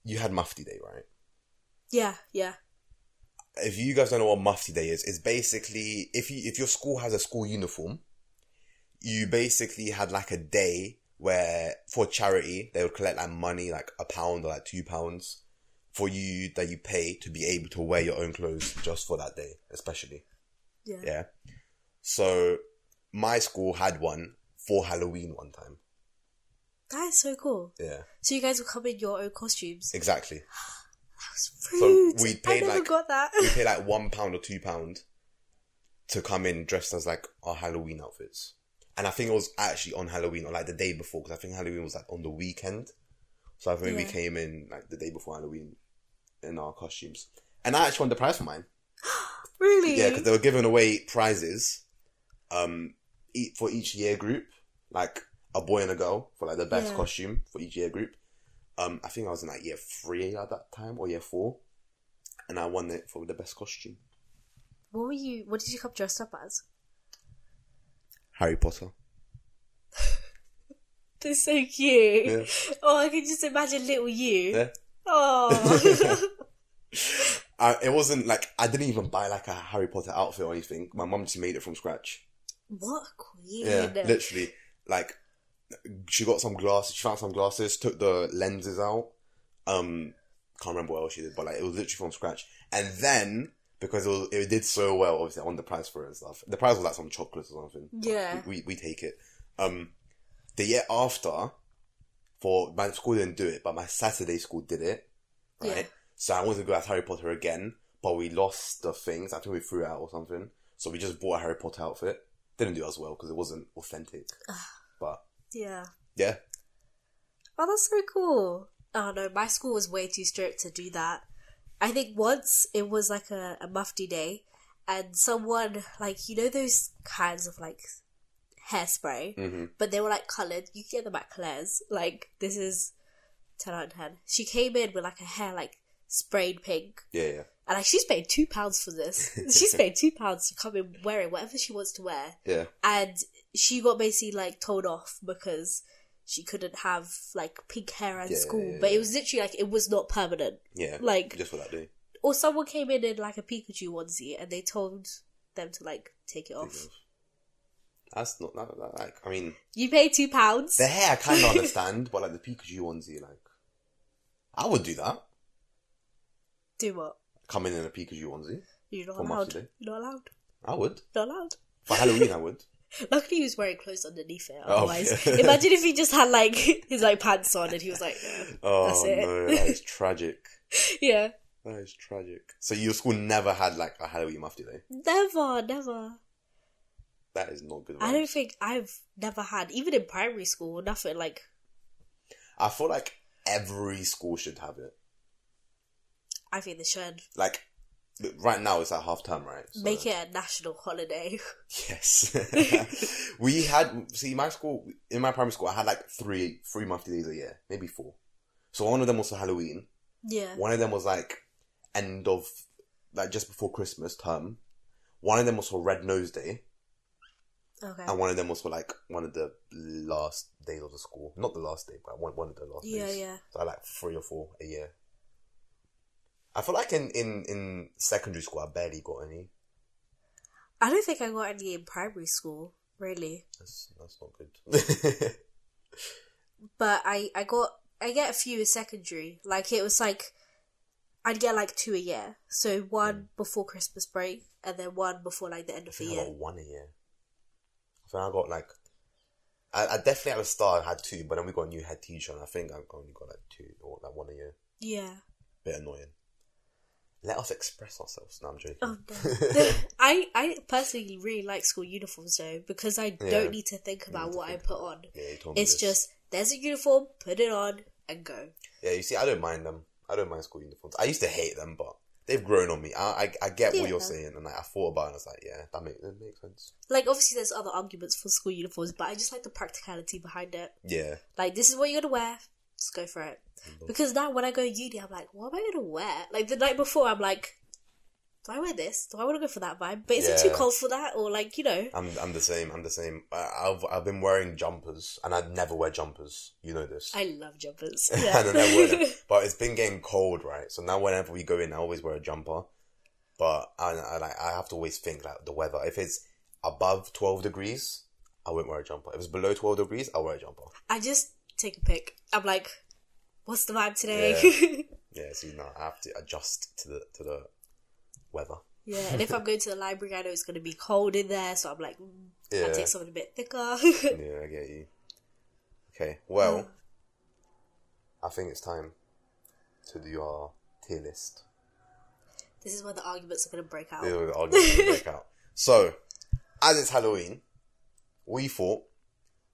S1: You had Mufti Day, right?
S2: Yeah, yeah,
S1: if you guys don't know what Mufti Day is, it's basically if you if your school has a school uniform, you basically had like a day where for charity they would collect like money, like a pound or like two pounds, for you that you pay to be able to wear your own clothes just for that day, especially.
S2: yeah.
S1: Yeah. So my school had one for Halloween one time.
S2: That is so cool.
S1: Yeah.
S2: So you guys will come in your own costumes.
S1: Exactly.
S2: That was rude.
S1: we
S2: I
S1: paid,
S2: never
S1: like-
S2: got that.
S1: We pay like one pound or two pound to come in dressed as like our Halloween outfits. And I think it was actually on Halloween or like the day before because I think Halloween was like on the weekend. So I think we
S2: Yeah.
S1: came in like the day before Halloween in our costumes. And I actually won the prize for mine.
S2: really?
S1: Yeah, because they were giving away prizes um, e- for each year group, like a boy and a girl for like the best
S2: Yeah.
S1: costume for each year group. Um, I think I was in like year three at that time or year four. And I won it for the best costume.
S2: What were you? What did you come dressed up as?
S1: Harry Potter.
S2: They're so cute.
S1: Yeah.
S2: Oh, I can just imagine little you.
S1: Yeah.
S2: Oh,
S1: I, it wasn't like I didn't even buy like a Harry Potter outfit or anything. My mum just made it from scratch.
S2: what a queen!
S1: Yeah, literally. Like she got some glasses. She found some glasses. Took the lenses out. Um, can't remember what else she did, but like it was literally from scratch. And then because it, was, it did so well, obviously I won the prize for it and stuff. The prize was like some chocolates or something.
S2: Yeah.
S1: we, we, we take it. Um, the year after, for my school didn't do it, but my Saturday school did it. Right.
S2: Yeah.
S1: So I wanted to go as Harry Potter again, but we lost the things. I think we threw it out or something. So we just bought a Harry Potter outfit. Didn't do as well because it wasn't authentic. but
S2: Yeah.
S1: yeah,
S2: Oh, that's so cool. Oh no, my school was way too strict to do that. I think once it was like a, a mufti day, and someone like you know those kinds of like hairspray,
S1: Mhm.
S2: but they were like coloured. You can get them at Claire's. Like this is ten out of ten. She came in with like her hair like sprayed pink,
S1: yeah, yeah,
S2: and like she's paid two pounds for this. she's paid two pounds to come in wearing whatever she wants to wear
S1: yeah.
S2: and she got basically like told off because she couldn't have like pink hair at
S1: Yeah,
S2: school.
S1: yeah,
S2: But
S1: yeah.
S2: it was literally like it was not permanent.
S1: Yeah.
S2: Like-
S1: just for that day.
S2: Or someone came in in like a Pikachu onesie and they told them to like take it off.
S1: That's not that, that- like I mean
S2: You pay two pounds.
S1: the hair I kind of understand, but like the Pikachu onesie, like I would do that.
S2: Do what?
S1: Come in in a Pikachu onesie,
S2: You're not
S1: For
S2: allowed.
S1: Mufti Day.
S2: You're not allowed.
S1: I would
S2: Not allowed.
S1: for Halloween. I would.
S2: Luckily, he was wearing clothes underneath it.
S1: Oh,
S2: Otherwise,
S1: yeah.
S2: imagine if he just had like his like pants on and he was like,
S1: Oh
S2: That's it.
S1: no, that is tragic.
S2: yeah,
S1: That is tragic. So your school never had like a Halloween mufti day.
S2: never, never.
S1: That is not good.
S2: I
S1: vibes.
S2: don't think I've never had even in primary school nothing like
S1: I feel like every school should have it.
S2: I think they should
S1: Like right now, it's at half term, right? So-
S2: make it a national holiday.
S1: Yes. we had see my school in my primary school I had like three three monthly days a year, maybe four. So one of them was for Halloween.
S2: yeah.
S1: One of them was like end of like just before Christmas term. One of them was for Red Nose Day,
S2: Okay.
S1: and one of them was for like one of the last days of the school. Not the last day, but one one of the last
S2: Yeah,
S1: days.
S2: yeah.
S1: So I had, like three or four a year. I feel like in, in, in secondary school I barely got any.
S2: I don't think I got any in primary school really,
S1: That's that's not good.
S2: but I I got I get a few in secondary. Like it was like I'd get like two a year. So one before Christmas break and then one before like the end of
S1: I
S2: the
S1: think I
S2: year.
S1: got one a year. I think I got like, I, I definitely at the start had two, but then we got a new head teacher, and I think I only got like two or like one a year.
S2: Yeah.
S1: Bit annoying. Let us express ourselves. No, I'm joking.
S2: Oh no. I I personally really like school uniforms though because I
S1: Yeah.
S2: don't need to think about
S1: to
S2: what I
S1: think
S2: put on.
S1: yeah, you told me
S2: It's
S1: this.
S2: just there's a uniform, put it on, and go.
S1: yeah. You see, I don't mind them. I don't mind school uniforms. I used to hate them, but they've grown on me. I I, I get what you're
S2: Yeah.
S1: saying, and like, I thought about it. and I was like, yeah, that makes that makes sense.
S2: Like obviously there's other arguments for school uniforms, but I just like the practicality behind it.
S1: Yeah,
S2: Like this is what you're gonna wear, just go for it. Because now when I go uni, I'm like, what am I gonna wear? Like the night before, I'm like, do I wear this? Do I want to go for that vibe? But is it too
S1: Yeah.
S2: cold for that? Or like you know,
S1: I'm I'm the same. I'm the same. I, I've I've been wearing jumpers, and I never wear jumpers. You know this.
S2: I love jumpers.
S1: I don't know
S2: Yeah.
S1: whether, but it's been getting cold, right? So now whenever we go in, I always wear a jumper. But I, I like I have to always think like the weather. If it's above twelve degrees, I won't wear a jumper. If it's below twelve degrees, I'll wear a jumper.
S2: I just take a pic. I'm like, what's the vibe today?
S1: Yeah, so you know, I have to adjust to the to the weather.
S2: Yeah, and if I'm going to the library, I know it's going to be cold in there, so I'm like, mm,
S1: Yeah.
S2: I'll take something a bit thicker.
S1: Yeah, I get you. Okay, well, I think it's time to do our tier list.
S2: this is where the arguments are going to break out.
S1: Yeah, I'll get the break out. So, as it's Halloween, we thought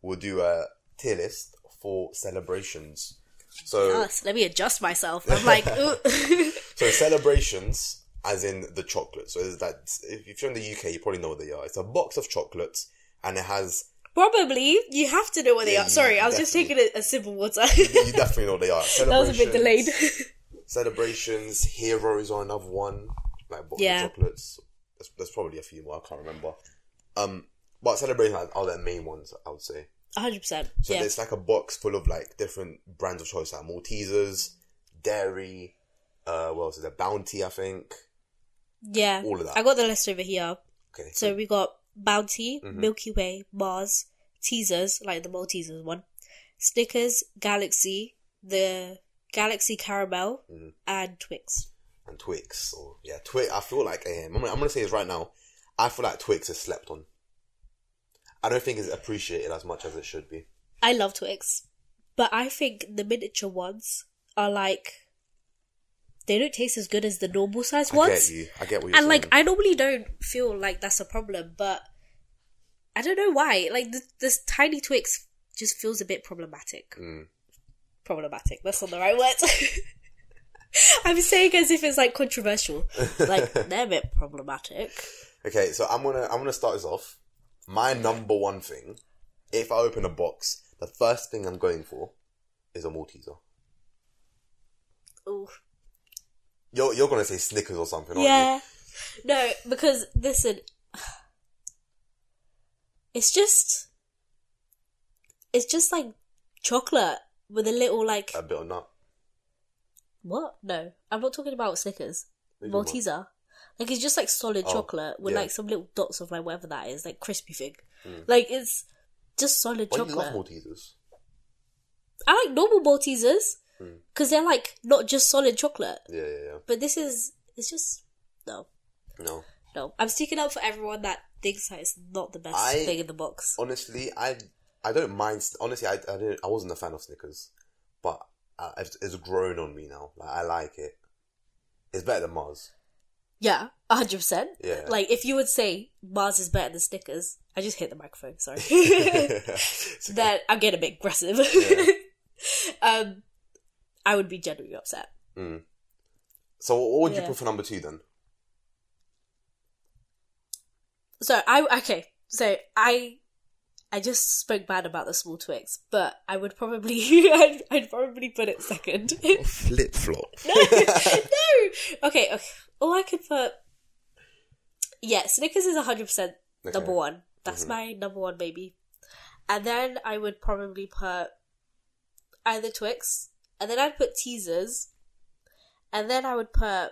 S1: we'll do a tier list for celebrations. So,
S2: Yes, let me adjust myself. I'm like, ooh.
S1: so celebrations, as in the chocolate. So, there's that if if you're in the UK, you probably know what they are. It's a box of chocolates, and it has
S2: probably you have to know where they
S1: Yeah,
S2: are. Sorry, I was just
S1: definitely.
S2: taking a, a sip of water.
S1: you definitely know what they are.
S2: that was a bit delayed.
S1: Celebrations, heroes are another one. Like box
S2: Yeah.
S1: of chocolates. There's, there's probably a few more. I can't remember. Um, but celebrations are- are their main ones. I would say.
S2: 100. percent
S1: So
S2: Yeah,
S1: there's like a box full of like different brands of choice, like Maltesers, dairy, uh, what else is there? Bounty, I think.
S2: yeah.
S1: all of that.
S2: I got the list over here.
S1: Okay.
S2: So we got Bounty,
S1: Mm-hmm.
S2: Milky Way, Mars, Teasers, like the Maltesers one, Snickers, Galaxy, the Galaxy Caramel,
S1: Mm-hmm.
S2: and Twix.
S1: and Twix, or yeah, Twix. I feel like um, I'm, gonna, I'm gonna say this right now. I feel like Twix is slept on. I don't think it's appreciated as much as it should be.
S2: I love Twix, but I think the miniature ones are like they don't taste as good as the normal size
S1: I
S2: ones.
S1: get you. I get what you're
S2: and like
S1: saying.
S2: I normally don't feel like that's a problem, but I don't know why. Like th- this tiny Twix just feels a bit problematic.
S1: Mm.
S2: Problematic. That's not the right word. I'm saying as if it's like controversial. Like they're a bit problematic.
S1: Okay, so I'm gonna I'm gonna start this off. My number one thing, if I open a box, the first thing I'm going for is a Malteser.
S2: Ooh.
S1: You're you're gonna say Snickers or something, aren't
S2: Yeah. No, because listen, it's just, it's just like chocolate with a little like
S1: you? A bit of nut.
S2: what? No, I'm not talking about Snickers,
S1: Maybe more.
S2: Malteser. Like it's just like solid
S1: Oh,
S2: chocolate with
S1: yeah. Mm.
S2: like some little dots of like whatever that is, like crispy thing. Like it's just solid
S1: Why do you
S2: chocolate.
S1: love Maltesers?
S2: I like normal Maltesers
S1: Mm.
S2: because they're like not just solid chocolate,
S1: Yeah, yeah,
S2: but this is it's just no.
S1: yeah. No,
S2: No, I'm sticking up for everyone that thinks that it's not the best
S1: I-
S2: thing in the box.
S1: honestly, I I don't mind. Honestly, I I, didn't, I wasn't a fan of Snickers, but I, it's, it's grown on me now. Like I like it. It's better than Mars.
S2: Yeah, hundred percent.
S1: Yeah.
S2: Like if you would say Mars is better than Snickers, I just hit the microphone. Sorry.
S1: It's okay.
S2: that I'm getting a bit aggressive.
S1: Yeah.
S2: um, I would be genuinely upset.
S1: Mm. So what would you
S2: Yeah.
S1: put for number two then?
S2: So I okay. So I. I just spoke bad about the small Twix, but I would probably, I'd, I'd probably put it second.
S1: Flip flop.
S2: no. Okay. Okay. Or I could put. Yeah, Snickers is hundred percent number
S1: Okay.
S2: one. That's my number one baby. And then I would probably put either Twix, and then I'd put teasers, and then I would put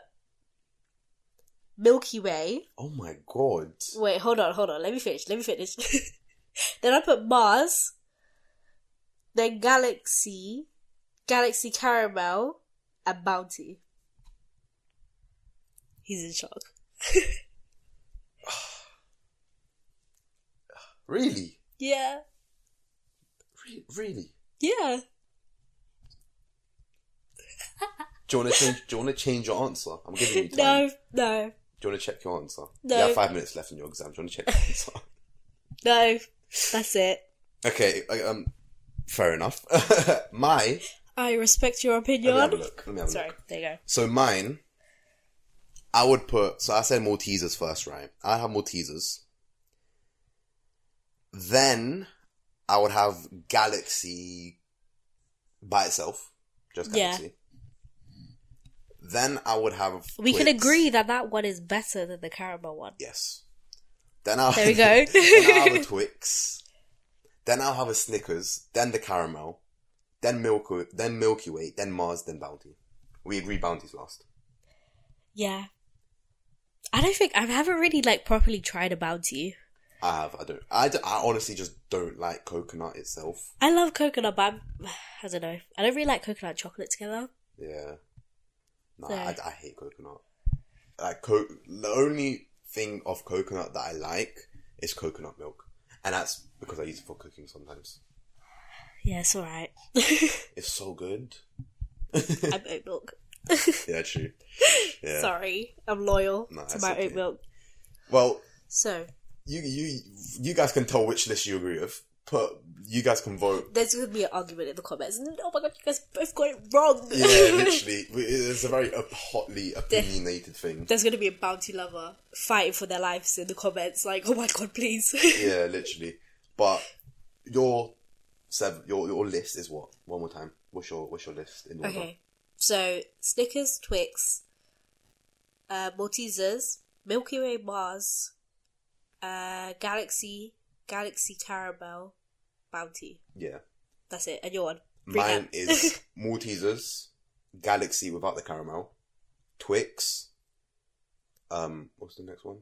S2: Milky Way.
S1: Oh my god.
S2: Wait, hold on, hold on. Let me finish. Let me finish. then I put Mars, then Galaxy, Galaxy Caramel, and Bounty. He's in shock.
S1: Really?
S2: Yeah,
S1: Re- really?
S2: yeah.
S1: Do you want to change? Do you want to change your answer? I'm giving you time.
S2: No, no,
S1: Do you want to check your answer?
S2: No.
S1: You have five minutes left in your exam. Do you want to check your answer?
S2: no. That's it.
S1: okay. I- Um. Fair enough. My.
S2: I respect your opinion.
S1: Let me have a look. Let me have a
S2: Sorry,
S1: look.
S2: there you go.
S1: So mine. I would put. So I said Maltesers first, right? I have Maltesers. Then, I would have Galaxy. By itself, just
S2: Yeah.
S1: Galaxy. Then I would have.
S2: We can
S1: Twix.
S2: agree that that one is better than the caramel one.
S1: Yes. Then I'll
S2: There we go.
S1: then I'll have a Twix. Then I'll have a Snickers. Then the caramel. Then Milky. Then Milky Way. Then Mars. Then Bounty. We agree. Bounty's last.
S2: Yeah. I don't think I haven't really like properly tried a bounty.
S1: I have. I don't. I, d- I honestly just don't like coconut itself.
S2: I love coconut, but I'm, I don't know. I don't really like coconut and chocolate together.
S1: Yeah. No,
S2: So-
S1: I, I hate coconut. Like co- the only thing of coconut that I like is coconut milk, and that's because I use it for cooking sometimes.
S2: Yeah, it's alright.
S1: It's so good.
S2: I'm oat milk.
S1: Yeah, true. Yeah.
S2: Sorry, I'm loyal
S1: No,
S2: to
S1: that's
S2: my
S1: okay.
S2: oat milk.
S1: Well,
S2: So
S1: you you you guys can tell which list you agree with. Put you guys can vote.
S2: there's gonna be an argument in the comments. Oh my god, you guys both got it wrong.
S1: Yeah, literally, We- it's a very op- hotly opinionated thing.
S2: there's gonna be a bounty lover fighting for their lives in the comments. Like, oh my god, please.
S1: Yeah, literally. But your seven, your your list is what? One more time. What's your what's your list in order?
S2: Okay. So Snickers, Twix, uh, Maltesers, Milky Way bars, uh, Galaxy, Galaxy Caramel, Bounty.
S1: Yeah,
S2: That's it. And your one.
S1: mine
S2: Recap.
S1: is Maltesers, Galaxy without the caramel, Twix. Um, what's the next one?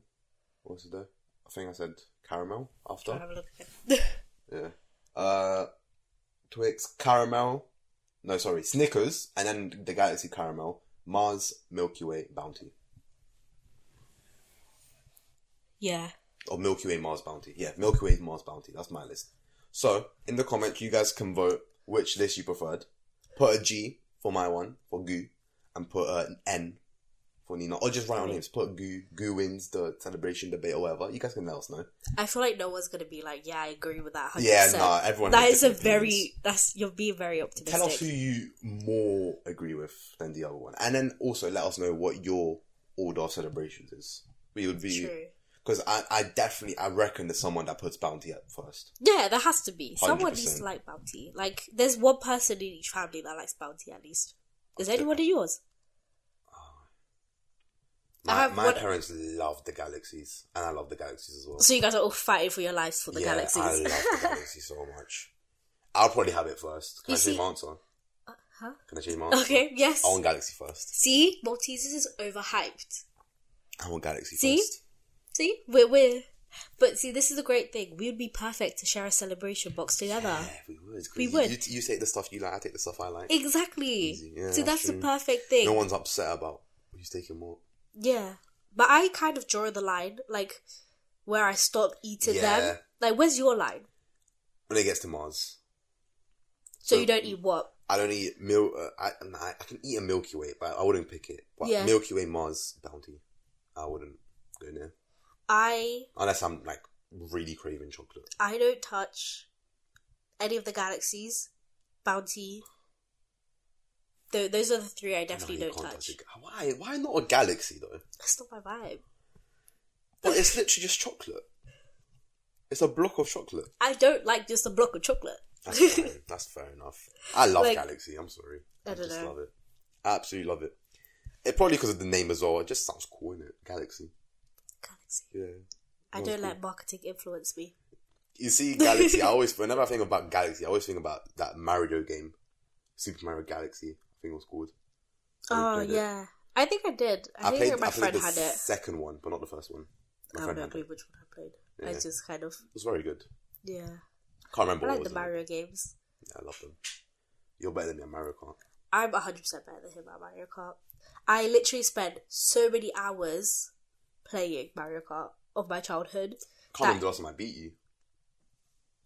S1: What was it there? I think I said caramel after.
S2: I'll have a look again.
S1: Yeah. Uh, Twix caramel. No, sorry, Snickers, and then the Galaxy caramel, Mars Milky Way Bounty
S2: yeah.
S1: or Milky Way Mars Bounty. Yeah, Milky Way Mars Bounty. That's my list. So in the comments, you guys can vote which list you preferred. Put a G for my one for Goo, and put uh, an N for Nina, or just write our names. Put Goo Goo wins the celebration debate or whatever. You guys can let us know.
S2: I feel like no one's gonna be like, yeah, I agree with that. 100%.
S1: Yeah, nah, everyone.
S2: that
S1: has
S2: is a
S1: different opinions.
S2: very that's you're being very optimistic.
S1: Tell us who you more agree with than the other one, and then also let us know what your order of celebrations is. We would be
S2: True.
S1: because I, I definitely I reckon there's someone that puts bounty up first.
S2: Yeah, there has to be. Someone
S1: 100%.
S2: needs to like bounty. Like, there's one person in each family that likes bounty at least. Is anyone in yours? I
S1: My,
S2: have
S1: my
S2: one-
S1: parents love the galaxies, and I love the galaxies as well.
S2: So you guys are all fighting for your lives for the
S1: yeah,
S2: galaxies.
S1: I love the galaxy so much. I'll probably have it first. Can
S2: You
S1: I change
S2: see- Uh,
S1: my answer?
S2: huh?
S1: Can I change my answer?
S2: okay. Yes.
S1: I want galaxy first.
S2: See, Maltesers is overhyped.
S1: I want galaxy
S2: See?
S1: first.
S2: See, we're we're. But see, this is the great thing. We would be perfect to share a celebration box together.
S1: Yeah, we would. 'cause
S2: We
S1: you,
S2: would.
S1: You, you take the stuff you like. I take the stuff I like.
S2: Exactly.
S1: Easy. Yeah,
S2: so that's
S1: that's
S2: the
S1: true.
S2: perfect thing.
S1: No one's upset about who's taking what.
S2: Yeah. But I kind of draw the line, like where I stop eating them.
S1: Yeah.
S2: Like, where's your line?
S1: When it gets to Mars,
S2: So, you don't eat what?
S1: I don't eat milk. Uh, I, nah, I can eat a Milky Way, but I wouldn't pick it. But
S2: Yeah.
S1: Milky Way Mars bounty, I wouldn't go near
S2: I
S1: unless I'm like really craving chocolate.
S2: I don't touch any of the galaxies. Bounty. Th- those are the three I definitely
S1: No, you
S2: don't
S1: can't
S2: touch.
S1: touch a- Why? Why not a galaxy though?
S2: That's not my vibe.
S1: But it's literally just chocolate. It's a block of chocolate.
S2: I don't like just a block of chocolate.
S1: That's fine. That's fair enough. I love
S2: Like-
S1: Galaxy. I'm sorry.
S2: I
S1: I,
S2: don't
S1: just
S2: know.
S1: love it. I absolutely love it. It probably because of the name as well. It just sounds cool, innit? Galaxy.
S2: Galaxy.
S1: Yeah.
S2: I
S1: Sounds
S2: don't
S1: cool.
S2: let marketing influence me.
S1: You see, Galaxy. I always whenever I think about Galaxy, I always think about that Mario game, Super Mario Galaxy. I think it was called. Have you
S2: Oh
S1: played it?
S2: yeah, I think I did. I,
S1: I,
S2: think
S1: played.
S2: my
S1: I played
S2: friend
S1: the
S2: had it. Oh,
S1: second one, but not the first one. My
S2: I
S1: friend
S2: don't
S1: had it.
S2: remember
S1: It
S2: which one I played. I
S1: Yeah.
S2: just kind of
S1: was very good.
S2: yeah.
S1: Can't remember.
S2: I like
S1: what
S2: the
S1: was in it.
S2: Mario games.
S1: Yeah, I love them. You're better than me at Mario Kart.
S2: I'm 100 percent better than him at Mario Kart. I literally spent so many hours playing Mario Kart of my childhood.
S1: Can't
S2: That,
S1: remember the last time I beat you.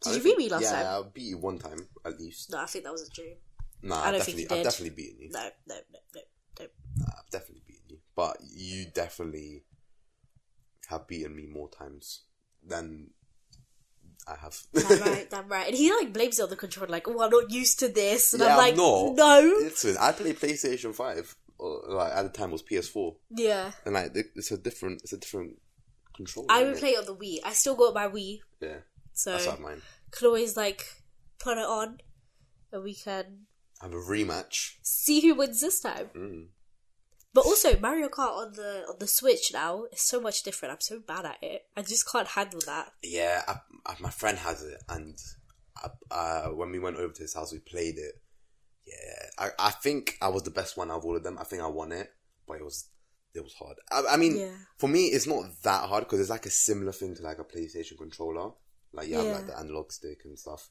S1: I
S2: did you
S1: don't
S2: beat
S1: think-
S2: me last
S1: Oh, yeah,
S2: time?
S1: I beat you one time at least.
S2: No, I think that was a dream.
S1: Nah,
S2: I
S1: I
S2: don't
S1: have
S2: think
S1: definitely,
S2: you
S1: I've
S2: did.
S1: definitely beaten you.
S2: No, no, no, no, no.
S1: Nah, I've definitely beaten you, but you definitely have beaten me more times than I have.
S2: Damn right, damn right. And he like blames it on the controller, like, "Oh, I'm not used to this," and
S1: Yeah,
S2: I'm
S1: I'm
S2: like,
S1: not.
S2: "No."
S1: Listen, I played PlayStation Five. Or, like at the time, it was PS4,
S2: Yeah,
S1: and like it- it's a different, it's a different controller.
S2: I
S1: isn't
S2: would
S1: it?
S2: play it on the Wii. I still got my Wii,
S1: Yeah,
S2: so
S1: that's not mine.
S2: could always like put it on, and we can
S1: I have a rematch.
S2: see who wins this time.
S1: Mm.
S2: But also Mario Kart on the on the Switch now is so much different. I'm so bad at it. I just can't handle that.
S1: Yeah, I, I, my friend has it, and I, uh, when we went over to his house, we played it. Yeah, I, I think I was the best one out of all of them. I think I won it, but it was it was hard. I, I mean,
S2: Yeah.
S1: for me, it's not that hard because it's like a similar thing to like a PlayStation controller. Like you have
S2: Yeah.
S1: like the analog stick and stuff,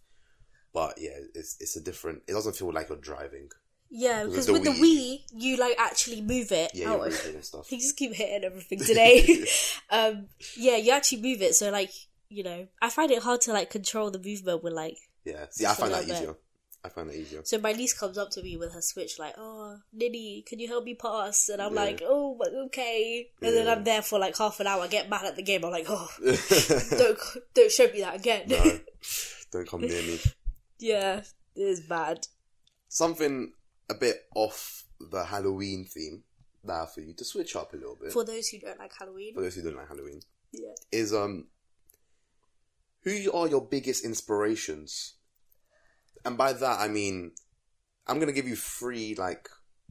S1: but yeah, it's it's a different. It doesn't feel like you're driving.
S2: Yeah,
S1: With
S2: because
S1: the
S2: with the
S1: Wii.
S2: Wii, you like actually move it.
S1: Yeah,
S2: out
S1: you're
S2: of-
S1: moving and stuff.
S2: You just keep hitting everything today. um, yeah, you actually move it. So like, you know, I find it hard to like control the movement with like.
S1: Yeah, see, I
S2: Just a
S1: find that
S2: little bit.
S1: easier. I find that easier.
S2: So my niece comes up to me with her Switch, like, "Oh, Nini, can you help me pass?" And I'm
S1: Yeah.
S2: like, "Oh, okay." And then
S1: Yeah.
S2: I'm there for like half an hour. I get mad at the game. I'm like, "Oh, don't don't show me that again."
S1: no, don't come near me.
S2: yeah, it is bad.
S1: something a bit off the Halloween theme now for you to switch up a little bit for,
S2: For those who don't like Halloween,
S1: those who don't like Halloween
S2: yeah.
S1: is um who are your biggest inspirations and by that I mean I'm gonna give you three like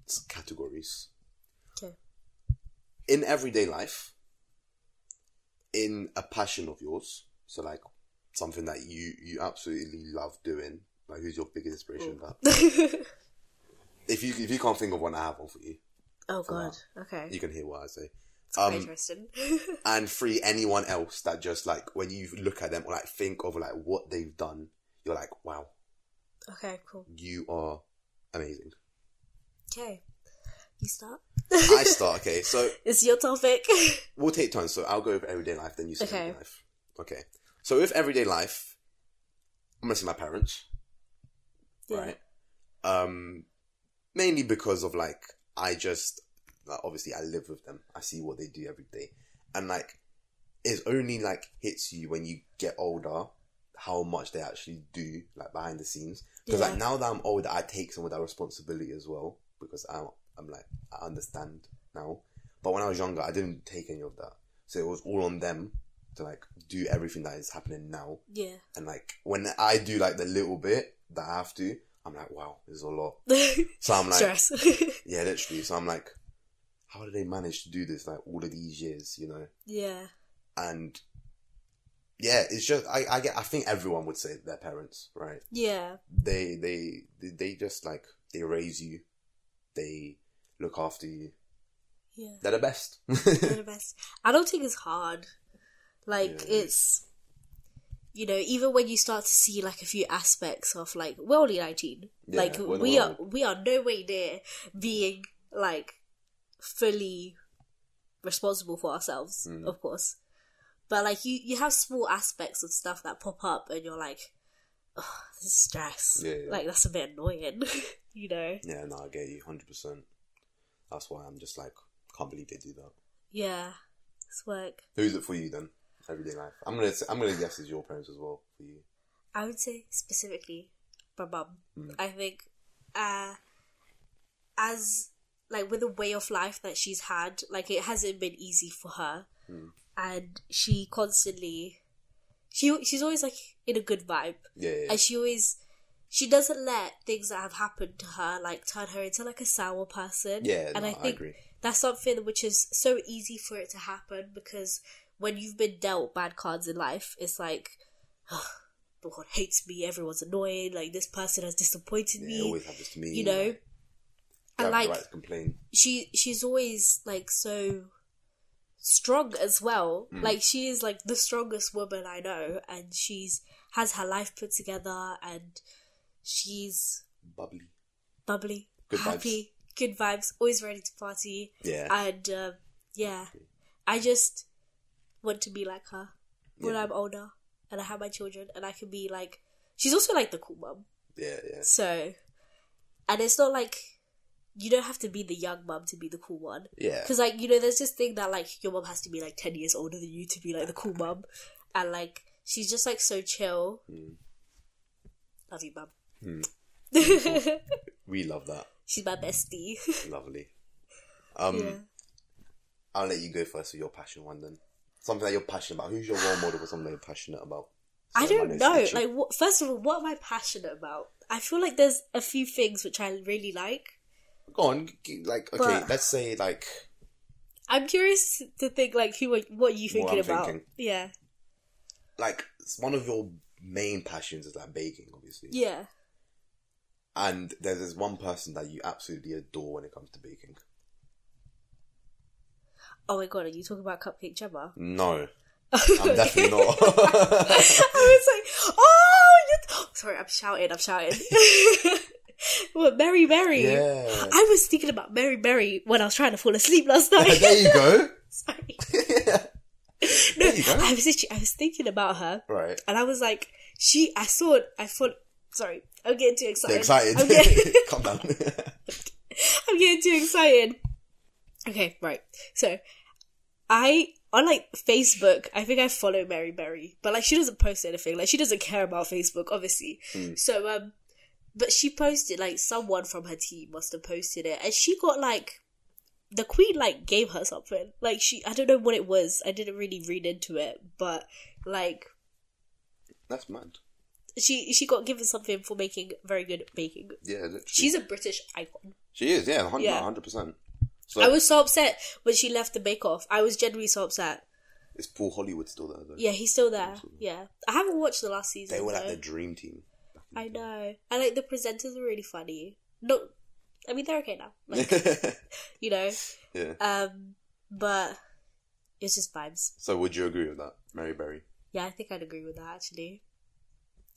S1: s- categories
S2: Okay.
S1: in everyday life in a passion of yours so like something that you you absolutely love doing like who's your biggest inspiration in that if you if you can't think of one I have one for you
S2: oh
S1: For
S2: god.
S1: that.
S2: Okay.
S1: you can hear what I say.
S2: It's quite
S1: Um,
S2: interesting.
S1: and free anyone else that just like when you look at them or like think of like what they've done, you're like, wow,
S2: okay. Cool.
S1: you are amazing.
S2: Okay. You start.
S1: I start okay, so
S2: It's your topic.
S1: we'll take turns. So I'll go with everyday life, then you say
S2: Okay.
S1: everyday life. Okay, so with everyday life, I'm gonna say my parents,
S2: Yeah.
S1: right? Um, mainly because of like I just like, obviously I live with them. I see what they do every day, and like it only like hits you when you get older how much they actually do like behind the scenes. Because
S2: Yeah.
S1: like now that I'm older, I take some of that responsibility as well because I'm I'm like I understand now. But when I was younger, I didn't take any of that, so it was all on them to like do everything that is happening now.
S2: Yeah.
S1: And like when I do like the little bit that I have to, I'm like, wow, there's a lot. So I'm like,
S2: Stress.
S1: yeah, literally. So I'm like, how do they manage to do this like all of these years, you know?
S2: yeah.
S1: And yeah, it's just I I get I think everyone would say their parents, right?
S2: Yeah.
S1: They they they- they just like they raise you, they look after you.
S2: Yeah.
S1: They're the best.
S2: They're the best. Adulting is hard. Like
S1: Yeah.
S2: it's you know, even when you start to see like a few aspects of like we're only nineteen.
S1: Yeah,
S2: like
S1: we're
S2: we
S1: not
S2: are we are no way near being like fully responsible for ourselves,
S1: Mm.
S2: of course. But like you, you have small aspects of stuff that pop up and you're like, oh, this is stress.
S1: Yeah, yeah.
S2: Like that's a bit annoying, you know?
S1: yeah, no, I get you hundred percent. That's why I'm just like can't believe they do that.
S2: Yeah. It's work.
S1: Who's it for you then? Everyday life. I'm gonna I'm gonna guess it's your parents as well for you.
S2: I would say specifically my mum.
S1: Mm.
S2: I think uh, as like with the way of life that she's had, like it hasn't been easy for her,
S1: Mm.
S2: and she constantly she she's always like in a good vibe,
S1: Yeah, yeah, yeah.
S2: and she always she doesn't let things that have happened to her like turn her into like a sour person.
S1: yeah
S2: and
S1: no,
S2: I
S1: I
S2: think
S1: agree.
S2: that's something which is so easy for it to happen because when you've been dealt bad cards in life, it's like, oh, God hates me, everyone's annoying, like this person has disappointed
S1: Yeah, it
S2: me,
S1: always happens to me.
S2: you know.
S1: like,
S2: And
S1: you have
S2: like
S1: the right to complain.
S2: she, she's always like so strong as well.
S1: Mm.
S2: Like she is like the strongest woman I know, and she's has her life put together, and she's
S1: Bubbly.
S2: bubbly,
S1: Good vibes.
S2: happy, good vibes, always ready to party.
S1: Yeah.
S2: and um, yeah, I just want to be like her when
S1: Yeah.
S2: I'm older and I have my children and I can be like. She's also like the cool mum,
S1: yeah, yeah.
S2: so and it's not like you don't have to be the young mum to be the cool one
S1: Yeah.
S2: because like you know there's this thing that like your mum has to be like ten years older than you to be like the cool mum, and like she's just like so chill.
S1: Mm.
S2: Love you, mum.
S1: Mm. We love that.
S2: she's my bestie.
S1: Lovely. Um,
S2: yeah.
S1: I'll let you go first with your passion one then. Something that you're passionate about. Who's your role model for something that you're passionate about?
S2: I
S1: So
S2: don't
S1: mine is
S2: know.
S1: itchy.
S2: Like, what, first of all, what am I passionate about? I feel like there's a few things which I really like.
S1: Go on. g- Like, okay,
S2: But-
S1: let's say, like,
S2: I'm curious to think like who are, what are you
S1: What
S2: thinking
S1: I'm
S2: about?
S1: thinking.
S2: Yeah,
S1: like one of your main passions is like baking, obviously.
S2: yeah.
S1: And there's this one person that you absolutely adore when it comes to baking.
S2: Oh my god, are you talking about cupcake Gemma?
S1: No, I'm
S2: Okay.
S1: definitely not.
S2: I was like, oh, you're- sorry, I'm shouting, I'm shouting. well, Mary, Mary.
S1: yeah.
S2: I was thinking about Mary, Mary when I was trying to fall asleep last night.
S1: there you go.
S2: sorry, no,
S1: There you go.
S2: I was literally, I was thinking about her.
S1: Right.
S2: and I was like, she. I saw it. I thought. Sorry, I'm getting too excited.
S1: They're excited.
S2: I'm getting,
S1: Calm down.
S2: I'm getting too excited. Okay, right. So, I on like Facebook. I think I follow Mary Berry, but like she doesn't post anything. Like she doesn't care about Facebook, obviously.
S1: Mm.
S2: So um, but she posted like someone from her team must have posted it, and she got like. The queen like gave her something. Like she, I don't know what it was. I didn't really read into it, but like
S1: That's mad.
S2: she she got given something for making very good baking.
S1: Yeah, literally.
S2: She's a British icon.
S1: she is. Yeah, hundred
S2: Yeah.
S1: percent. So
S2: I was so upset when she left the Bake Off. I was genuinely so upset.
S1: is Paul Hollywood still there though?
S2: Yeah, he's still there.
S1: Absolutely.
S2: Yeah, I haven't watched the last season.
S1: they were like
S2: though.
S1: the dream team. back in
S2: I
S1: the day.
S2: know. I like the presenters are really funny. No, I mean they're okay now. Like you know,
S1: yeah.
S2: um, but it's just vibes.
S1: So would you agree with that, Mary Berry?
S2: Yeah, I think I'd agree with that actually.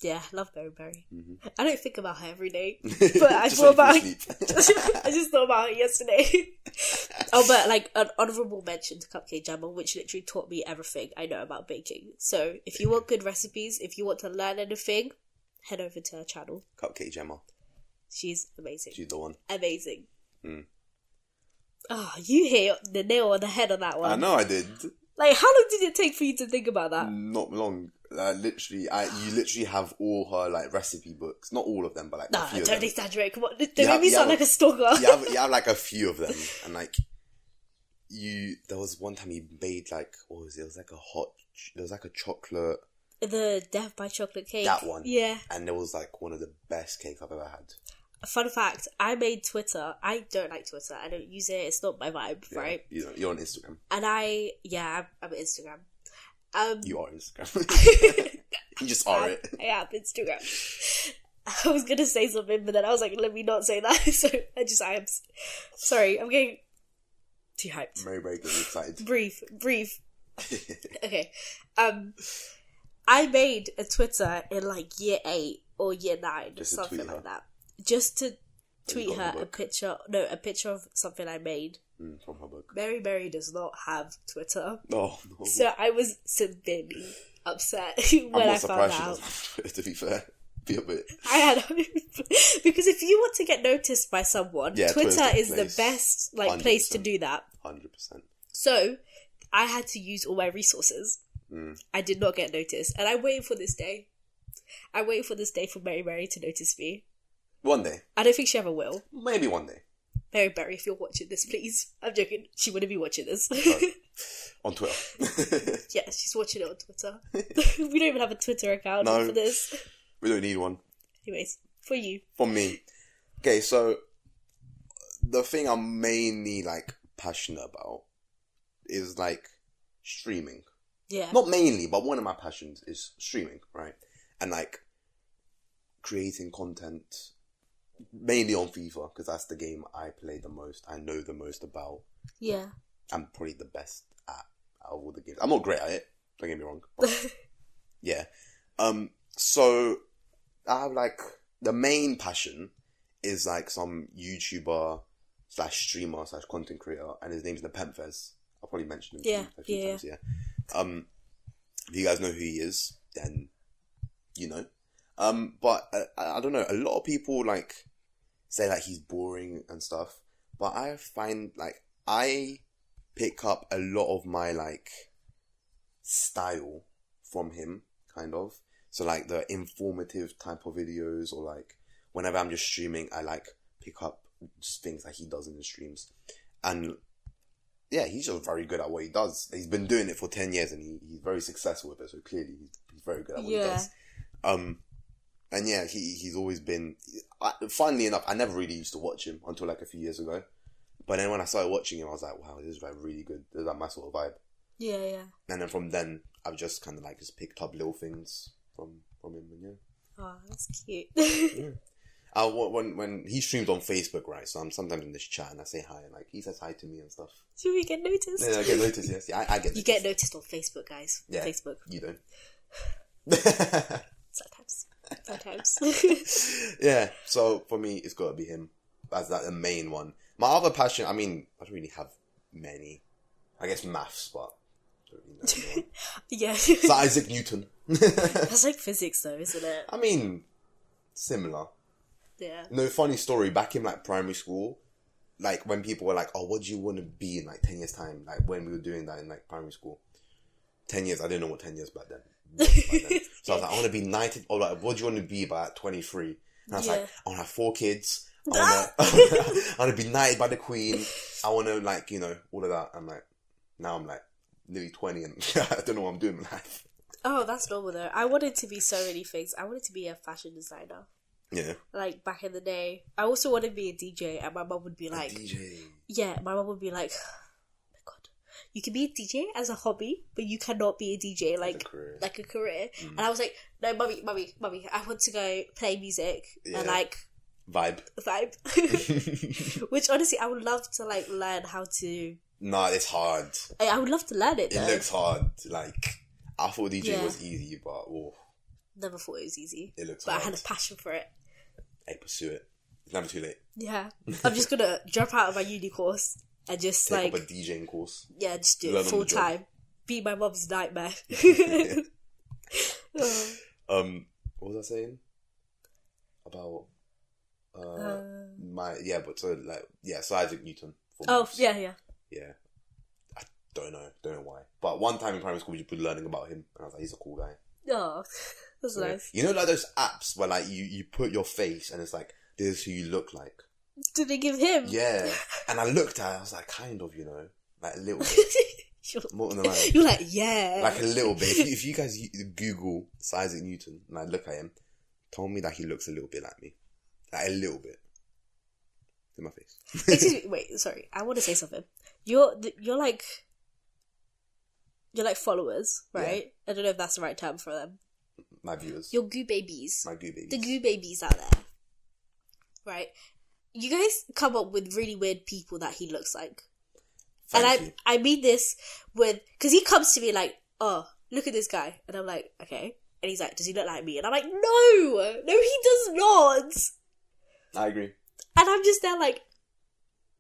S2: Yeah, love Berry Berry.
S1: Mhm.
S2: I don't think about her every day, but I
S1: Just
S2: thought
S1: let
S2: about
S1: you fall asleep.
S2: I just thought about it yesterday. oh, but like an honorable mention to Cupcake Jammer, which literally taught me everything I know about baking. So if you want good recipes, if you want to learn anything, head over to her channel.
S1: Cupcake Gemma.
S2: She's amazing.
S1: She's the one.
S2: amazing.
S1: Mm.
S2: Oh, you hit the nail on the head on that one.
S1: I know I did.
S2: Like, how long did it take for you to think about that?
S1: Not long. Like, literally, I you literally have all her like recipe books. Not all of them, but like
S2: No,
S1: a few of
S2: don't
S1: them.
S2: exaggerate. Come on, don't
S1: You
S2: make
S1: have-
S2: me
S1: you
S2: sound
S1: have-
S2: like a stalker.
S1: you have you have like a few of them, and like you. There was one time you made like what was it? It was like a hot. ch- There was like a chocolate,
S2: The Death by Chocolate Cake.
S1: That one.
S2: Yeah.
S1: and it was like one of the best cake I've ever had.
S2: Fun fact I made Twitter. I don't like Twitter. I don't use it. It's not my vibe,
S1: Yeah,
S2: right?
S1: You know, you're on Instagram.
S2: And I, yeah, I'm, I'm Instagram. Um,
S1: You are Instagram. you just are it.
S2: I am Instagram. I was gonna say something, but then I was like, let me not say that. So I just, I am s- sorry. I'm getting too hyped.
S1: Very very good. Excited.
S2: Breathe, breathe. okay. Um, I made a Twitter in like year eight or year nine,
S1: Just to
S2: something
S1: tweet
S2: like
S1: her.
S2: that, just to
S1: So you
S2: tweet
S1: got the
S2: her a
S1: book.
S2: picture. No, a picture of something I made.
S1: Mm, from her book.
S2: Mary Mary does not have Twitter,
S1: Oh no.
S2: so I was severely upset when
S1: I'm
S2: I
S1: not
S2: found
S1: surprised. She
S2: out.
S1: doesn't, to be fair, be a bit.
S2: I had because if you want to get noticed by someone,
S1: Yeah,
S2: Twitter
S1: Twitter's the
S2: is the
S1: place.
S2: best like place to
S1: 100%.
S2: do that.
S1: Hundred percent.
S2: So I had to use all my resources.
S1: Mm.
S2: I did not get noticed, and I waited for this day. I waited for this day for Mary Mary to notice me.
S1: One day,
S2: I don't think she ever will.
S1: maybe one day
S2: Mary Mary, if you're watching this, please. I'm joking. She wouldn't be watching this.
S1: on Twitter.
S2: yeah, she's watching it on Twitter. we don't even have a Twitter account
S1: No.
S2: for this.
S1: we don't need one.
S2: Anyways, for you.
S1: from me. Okay, so the thing I'm mainly like passionate about is like streaming.
S2: Yeah.
S1: Not mainly, but one of my passions is streaming, right? And like creating content mainly on FIFA because that's the game I play the most, I know the most about.
S2: yeah.
S1: I'm probably the best at out of all the games. I'm not great at it. Don't get me wrong. but- yeah. Um. So I have like the main passion is like some YouTuber slash streamer slash content creator, and his name's Nepenthes. I have probably mentioned him
S2: Yeah,
S1: a few
S2: yeah,
S1: times. Yeah. Um. If you guys know who he is, then you know. Um. But uh, I, I don't know. A lot of people like say that he's boring and stuff, but I find like I pick up a lot of my like style from him, kind of. So like the informative type of videos, or like whenever I'm just streaming, I like pick up just things that he does in the streams, and yeah, he's just very good at what he does. He's been doing it for ten years, and he, he's very successful with it. So clearly, he's, he's very good at what he
S2: Yeah.
S1: does. Um, and yeah, he he's always been. I, funnily enough, I never really used to watch him until like a few years ago. But then when I started watching him, I was like, wow, this is like really good. This is like my sort of vibe.
S2: Yeah, yeah.
S1: And then from then, I've just kind of like just picked up little things from from him. And yeah,
S2: Oh, that's cute.
S1: I, when when he streams on Facebook, right? So I'm sometimes in this chat and I say hi, and like he says hi to me and stuff.
S2: Do we get noticed?
S1: Yeah, I get noticed. Yes, yeah, I, I get.
S2: You
S1: Noticed.
S2: get noticed on Facebook, guys.
S1: Yeah.
S2: Facebook.
S1: You don't.
S2: Sometimes. Sometimes.
S1: yeah. So for me, it's got to be him. That's like the main one. My other passion. I mean, I don't really have many. I guess maths, but. I don't really know anyone.
S2: yeah.
S1: It's like Isaac Newton.
S2: That's like physics though, isn't it?
S1: I mean, similar.
S2: Yeah.
S1: No, funny story. Back in like primary school, like when people were like, "Oh, what do you want to be in like ten years time?" Like when we were doing that in like primary school, ten years. I didn't know what ten years back then. was back then. so I was like, "I want to be knighted." Or like, "What do you want to be by twenty three? And I was
S2: Yeah.
S1: like, "I want to have four kids. I want to, I want to be knighted by the queen. I want to like you know all of that." I'm like, now I'm like nearly twenty and I don't know what I'm doing in life.
S2: Oh, that's normal though. I wanted to be so many things. I wanted to be a fashion designer.
S1: Yeah,
S2: Like back in the day. I also wanted to be a DJ and my mum would be
S1: A
S2: like
S1: DJ.
S2: Yeah, my mum would be like "Oh my god. You can be a DJ as a hobby, but you cannot be a DJ
S1: As a
S2: like
S1: career.
S2: like a career.
S1: Mm.
S2: And I was like, No, mummy, mummy, mummy, I want to go play music
S1: Yeah.
S2: and like vibe.
S1: vibe.
S2: Which honestly, I would love to like learn how to.
S1: Nah, it's hard.
S2: I, I would love to learn it.
S1: It
S2: Though.
S1: looks hard. Like I thought DJ
S2: Yeah.
S1: was easy, but oh,
S2: Never thought it was easy,
S1: it looks
S2: but I
S1: hard.
S2: had a passion for it.
S1: Hey, pursue it. It's never too late.
S2: Yeah, I'm just gonna drop out of my uni course and just
S1: Take
S2: like
S1: up a DJing course.
S2: yeah, just do
S1: learn on
S2: it full
S1: the job.
S2: time. Be my mom's nightmare. Oh,
S1: Um, what was I saying about uh,
S2: um,
S1: my yeah? But so like yeah, so Isaac Newton four
S2: Oh,
S1: months.
S2: yeah, yeah.
S1: Yeah. I don't know. Don't know why. But one time in primary school, we just were learning about him, and I was like, he's a cool guy.
S2: Oh, that's
S1: Yeah.
S2: nice.
S1: You know, like those apps where like you, you put your face and it's like, this is who you look like.
S2: Did they give him?
S1: Yeah. And I looked at it, I was like, kind of, you know, like a little bit.
S2: You're-
S1: More than like,
S2: You're like, yeah.
S1: like a little bit. If you, if you guys u- Google Isaac Newton and I look at him, told me that he looks a little bit like me. Like a little bit. In my face.
S2: Excuse me. Wait, sorry. I want to say something. You're th- you're like you're like followers,
S1: Yeah.
S2: right? I don't know if that's the right term for them.
S1: My viewers.
S2: You're goo babies.
S1: my goo babies.
S2: The goo babies out there, right? You guys come up with really weird people that he looks like,
S1: Thank
S2: and I
S1: you.
S2: I mean this with because he comes to me like, oh, look at this guy, and I'm like, okay, and he's like, does he look like me? And I'm like, no, no, he does not.
S1: I agree.
S2: And I'm just there like,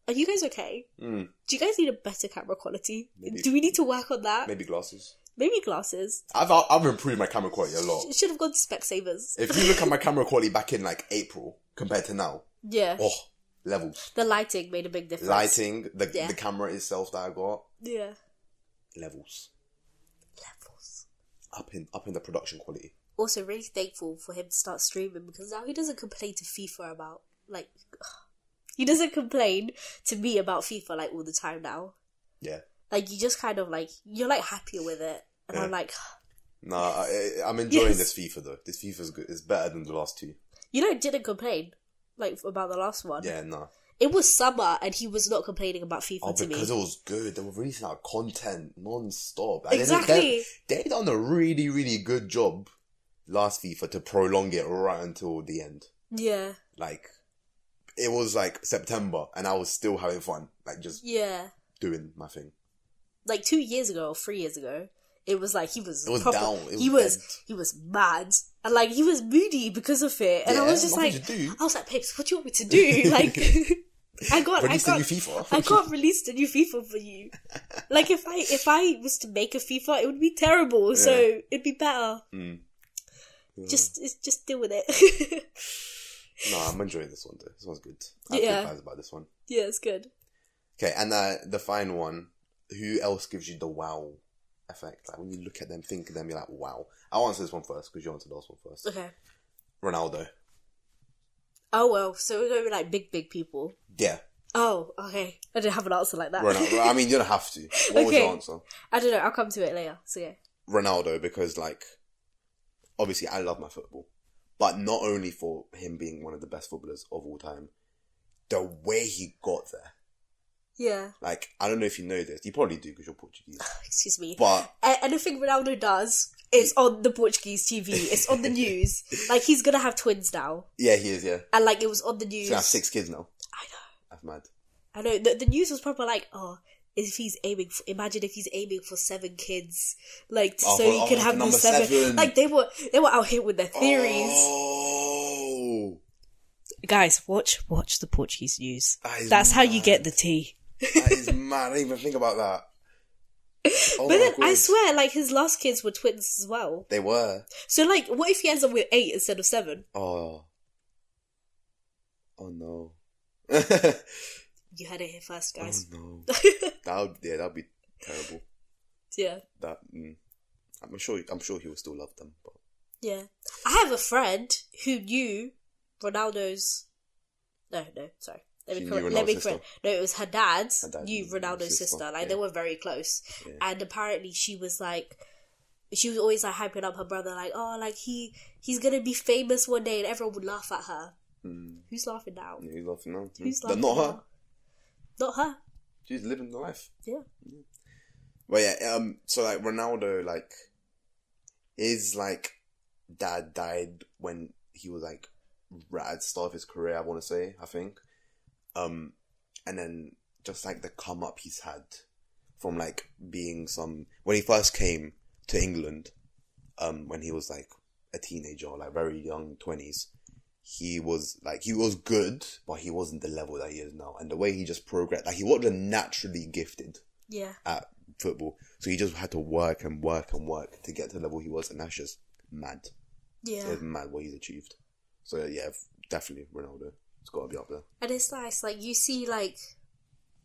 S2: are you guys okay?
S1: Mm,
S2: Do you guys need a better camera quality?
S1: Maybe-
S2: Do we need to work on that?
S1: maybe
S2: Maybe,
S1: glasses.
S2: glasses.
S1: I've I've improved my camera quality a lot.
S2: Sh- should have gone to Specsavers.
S1: If you look at my camera quality back in like April compared to now,
S2: yeah.
S1: oh, levels.
S2: The lighting made a big difference.
S1: Lighting, the
S2: Yeah.
S1: the camera itself that I got,
S2: Yeah.
S1: levels.
S2: Levels.
S1: Up in up in the production quality.
S2: Also, really thankful for him to start streaming because now he doesn't complain to FIFA about, like, he doesn't complain to me about FIFA, like, all the time now.
S1: Yeah.
S2: Like, you just kind of, like, you're, like, happier with it. And I'm
S1: Yeah.
S2: like,
S1: Nah, I, I'm enjoying
S2: Yes.
S1: this FIFA though. This FIFA's good. It's better than the last two.
S2: you know, didn't complain, like, about the last one.
S1: Yeah, nah.
S2: It was summer and he was not complaining about FIFA
S1: Oh,
S2: to me.
S1: because it was good. They were releasing out content non-stop. And they-
S2: Exactly.
S1: They, they done a really, really good job last FIFA to prolong it right until the end.
S2: Yeah,
S1: Like, it was like September, and I was still having fun, like just
S2: yeah.
S1: doing my thing.
S2: Like two years ago or three years ago, it was like he was.
S1: It was
S2: proper-
S1: down. It
S2: he was
S1: was
S2: he was mad and like he was moody because of it, and I
S1: Yeah,
S2: was just
S1: what
S2: like,
S1: did you do?
S2: I was like, Pips, what do you want me to do? Like, I got, I
S1: Released a new
S2: got.
S1: FIFA.
S2: I can't release the new FIFA for you. Like if I if I was to make a FIFA, it would be terrible. So it'd be better.
S1: Mm. Yeah.
S2: Just it's- just deal with it.
S1: no, I'm enjoying this one though. This one's good. I have
S2: Yeah.
S1: good vibes about this one.
S2: yeah, it's good.
S1: Okay, and uh, the final one. Who else gives you the wow effect? Like when you look at them, think of them, you're like, wow. I'll answer this one first because you answered the last one first.
S2: Okay.
S1: Ronaldo.
S2: Oh well, so we're gonna be like big big people.
S1: Yeah,
S2: Oh, okay. I didn't have an answer like that.
S1: Ronaldo. I mean, you don't have to. What was
S2: Ah. Okay.
S1: your answer?
S2: I don't know. I'll come to it later. So yeah.
S1: Ronaldo because, like, obviously I love my football, but not only for him being one of the best footballers of all time, the way he got there.
S2: Yeah.
S1: Like, I don't know if you know this. You probably do because you're Portuguese.
S2: Excuse me.
S1: But
S2: A- anything Ronaldo does is on the Portuguese TV. It's on the news. like he's gonna have twins now,
S1: yeah, he is. Yeah,
S2: and like it was on the
S1: he's
S2: news.
S1: gonna have six kids now.
S2: I know.
S1: That's mad.
S2: I know. The, the news was probably like, oh. If he's aiming, for, imagine if he's aiming for seven kids, like
S1: Oh,
S2: so
S1: for-
S2: he
S1: oh,
S2: can
S1: for
S2: have them
S1: number
S2: seven.
S1: seven.
S2: Like they were, they were out here with their theories.
S1: Oh,
S2: Guys, watch, watch the Portuguese news.
S1: That is
S2: That's how you
S1: mad.
S2: get the tea.
S1: that is mad. I didn't even think about that. Oh my
S2: but then I
S1: God.
S2: swear, like his last kids were twins as well.
S1: they were.
S2: So like, what if he ends up with eight instead of seven?
S1: Oh, oh no. oh
S2: You had it here first, guys.
S1: no. That would yeah, that'd be terrible.
S2: yeah,
S1: That mm, I'm sure I'm sure he will still love them. But
S2: yeah. I have a friend who knew Ronaldo's. No, no, sorry. Let
S1: She
S2: me
S1: knew
S2: correct. Let me
S1: Ronaldo's
S2: correct. No, it was her dad's
S1: Her dad
S2: knew
S1: knew Ronaldo's
S2: Ronaldo's sister.
S1: sister,
S2: Like
S1: yeah.
S2: they were very close,
S1: Yeah.
S2: and apparently she was like. She was always like hyping up her brother, like, "Oh, like he he's gonna be famous one day," and everyone would laugh at her.
S1: mm,
S2: Who's laughing now?
S1: yeah, he's laughing now.
S2: Who's
S1: But
S2: laughing
S1: not her.
S2: now? Not her.
S1: She's living the life.
S2: Yeah.
S1: Well, yeah. Um. So like Ronaldo, like, his like dad died when he was like right at the start of his career. I want to say, I think. Um, and then just like the come up he's had from like being some when he first came to England, um, when he was like a teenager, or, like very young twenties. He was like he was good, but he wasn't the level that he is now. And the way he just progressed, like he wasn't naturally gifted
S2: Yeah.
S1: at football. So he just had to work and work and work to get to the level he was, and that's just mad.
S2: Yeah.
S1: It's mad what he's achieved. So yeah, f- definitely Ronaldo. It's got to be up there.
S2: And it's nice, like you see like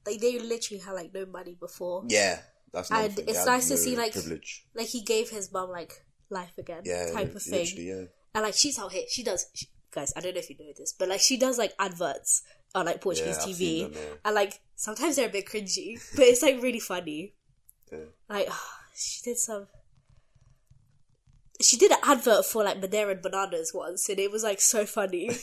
S2: like they literally had like no money before.
S1: Yeah, that's another
S2: And
S1: thing.
S2: Mm. it's
S1: They had
S2: nice to
S1: no
S2: see, like,
S1: privilege.
S2: Like he gave his mum like life again,
S1: Yeah,
S2: type of thing.
S1: literally, yeah.
S2: And like she's out here, she does. She, guys, I don't know if you know this, but like she does like adverts on like Portuguese
S1: Yeah, I've
S2: TV,
S1: seen them, yeah.
S2: and like sometimes they're a bit cringy, but it's like really funny.
S1: Yeah.
S2: Like ah, she did some. She did an advert for like Madeira and bananas once, and it was like so funny.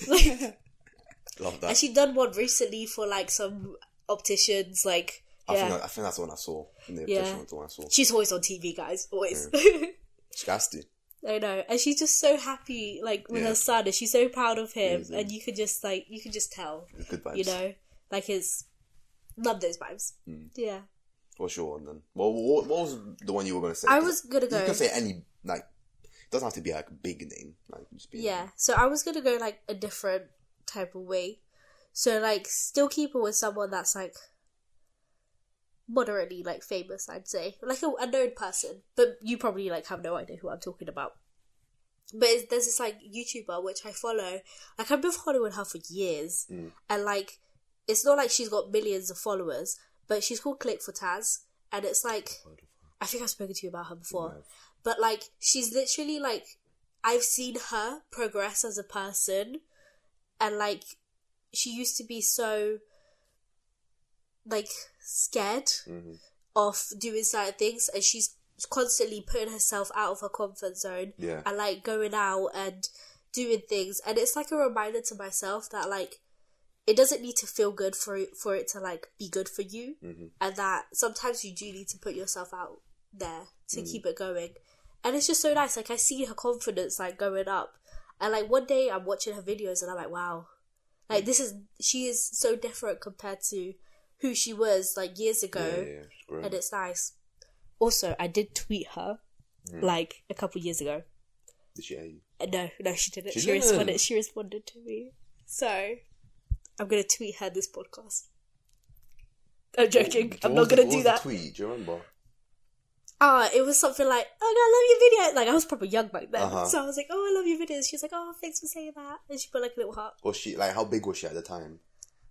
S2: Like,
S1: Love that.
S2: and she done one recently for like some opticians. Like,
S1: I, think
S2: yeah,
S1: that, I think that's the one I saw. In the
S2: Yeah.
S1: yeah. the one I saw.
S2: she's always on TV, guys. Always.
S1: It's nasty.
S2: I know, and she's just so happy, like with
S1: Yeah.
S2: her son, and she's so proud of him,
S1: Amazing.
S2: and you could just like you could just tell,
S1: It's Good vibes.
S2: you know, like his love those vibes.
S1: Mm.
S2: Yeah,
S1: What's your one then? Well, what, what was the one you were going to say?
S2: I was gonna
S1: You
S2: go.
S1: can say any like. It doesn't have to be like a big name. Like just be
S2: Yeah, so I was gonna go like a different type of way. So like, still keep it with someone that's like moderately like famous, I'd say, like a, a known person. But you probably like have no idea who I'm talking about. But it's, there's this like YouTuber which I follow. Like I've been following her for years, and like it's not like she's got millions of followers, but she's called Click for Taz, and it's like I think I've spoken to you about her before. But like she's literally like I've seen her progress as a person and like she used to be so like scared
S1: Mhm.
S2: of doing certain things and she's constantly putting herself out of her comfort zone
S1: Yeah.
S2: and like going out and doing things and it's like a reminder to myself that like it doesn't need to feel good for it, for it to like be good for you
S1: Mhm.
S2: and that sometimes you do need to put yourself out there to keep it going and it's just so nice like i see her confidence like going up and like one day i'm watching her videos and i'm like wow like this is she is so different compared to who she was like years ago
S1: Yeah, yeah, yeah. It's great.
S2: and it's nice also i did tweet her like a couple years ago
S1: Did she hate you?
S2: uh, No, no, she didn't.
S1: She
S2: She,
S1: didn't?
S2: responded. She responded to me. So I'm gonna tweet her this podcast. I'm joking.
S1: What
S2: I'm
S1: was
S2: not
S1: the-
S2: gonna
S1: what
S2: do
S1: was the
S2: that.
S1: tweet? Do you remember?
S2: Ah, it was something like, "Oh, God, I love your video." Like I was probably young back then,
S1: Uh-huh.
S2: so I was like, "Oh, I love your videos." She was like, "Oh, thanks for saying that," and she put like a little heart.
S1: Was she like how big was she at the time?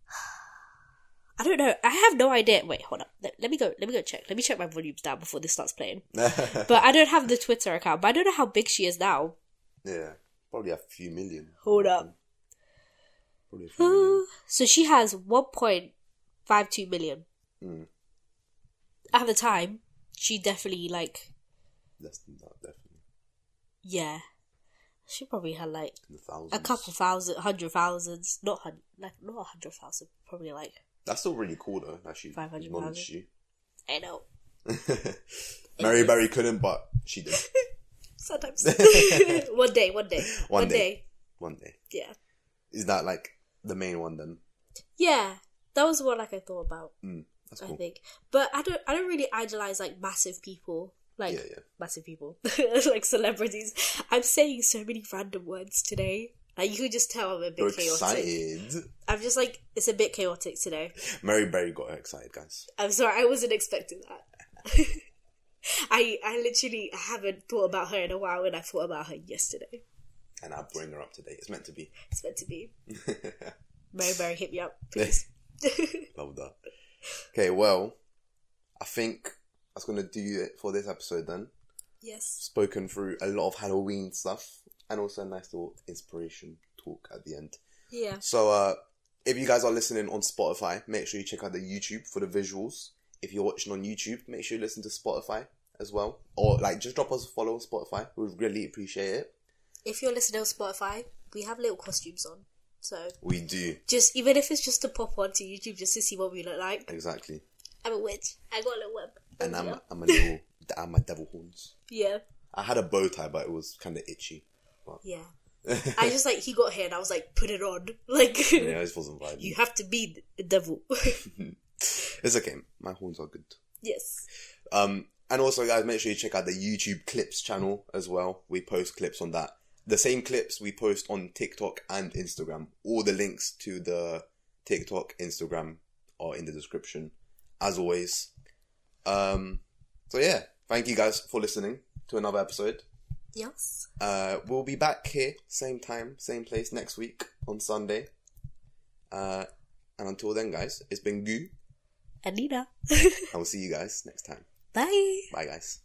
S2: I don't know. I have no idea. Wait, hold up. Let, let me go. Let me go check. Let me check my volumes down before this starts playing. But I don't have the Twitter account. But I don't know how big she is now.
S1: yeah, probably a few million.
S2: Hold up.
S1: Probably a few million.
S2: so she has 1.52 million.
S1: Mm.
S2: At the time, she definitely like
S1: Less than that, definitely.
S2: yeah, she probably had like
S1: In the thousands.
S2: a couple thousand, hundred thousands, not hun- like not a hundred thousand, probably like
S1: That's still really cool though. That she
S2: 500,000.
S1: acknowledged you.
S2: I know
S1: Mary Berry couldn't, but she did
S2: sometimes one day, one day,
S1: One
S2: one,
S1: day.
S2: day.
S1: one day.
S2: yeah,
S1: Is that like the main one then?
S2: yeah. That was one like I thought about.
S1: Mm, that's
S2: I
S1: cool.
S2: think, but I don't, I don't really idolize like massive people, like
S1: Yeah, yeah.
S2: massive people, like celebrities. I'm saying so many random words today. Like you can just tell I'm a bit
S1: You're
S2: chaotic.
S1: excited.
S2: I'm just like it's a bit chaotic today.
S1: Mary Berry got her excited, guys.
S2: I'm sorry, I wasn't expecting that. I I literally haven't thought about her in a while, and I thought about her yesterday.
S1: And I'll bring her up today. It's meant to be.
S2: It's meant to be. Mary Mary, hit me up, please.
S1: Love that. Okay, well, I think that's gonna do it for this episode then.
S2: yes,
S1: Spoken through a lot of Halloween stuff and also a nice little inspiration talk at the end.
S2: yeah,
S1: So uh if you guys are listening on Spotify, make sure you check out the YouTube for the visuals. If you're watching on YouTube, make sure you listen to Spotify as well. Or like just drop us a follow on Spotify. We'd really appreciate it.
S2: if you're listening on Spotify, we have little costumes on, so
S1: We do.
S2: just even if it's just to pop onto YouTube just to see what we look like.
S1: Exactly.
S2: I'm a witch. I got a little web.
S1: And I'm I'm a little I'm a devil horns.
S2: yeah,
S1: I had a bow tie but it was kinda itchy.
S2: yeah. I just like he got here, and I was like, put it on, like
S1: Yeah, this wasn't vibing.
S2: you have to be the devil.
S1: It's okay. My horns are good.
S2: yes,
S1: Um, and also, guys, make sure you check out the YouTube clips channel as well. We post clips on that. The same clips we post on TikTok and Instagram. All the links to the TikTok, Instagram are in the description, as always. Um, so yeah, thank you guys for listening to another episode.
S2: yes.
S1: Uh, we'll be back here, same time, same place next week on Sunday. Uh, and until then, guys, it's been Goo. and Nina.
S2: I will see you guys next time.
S1: Bye.
S2: Bye, guys.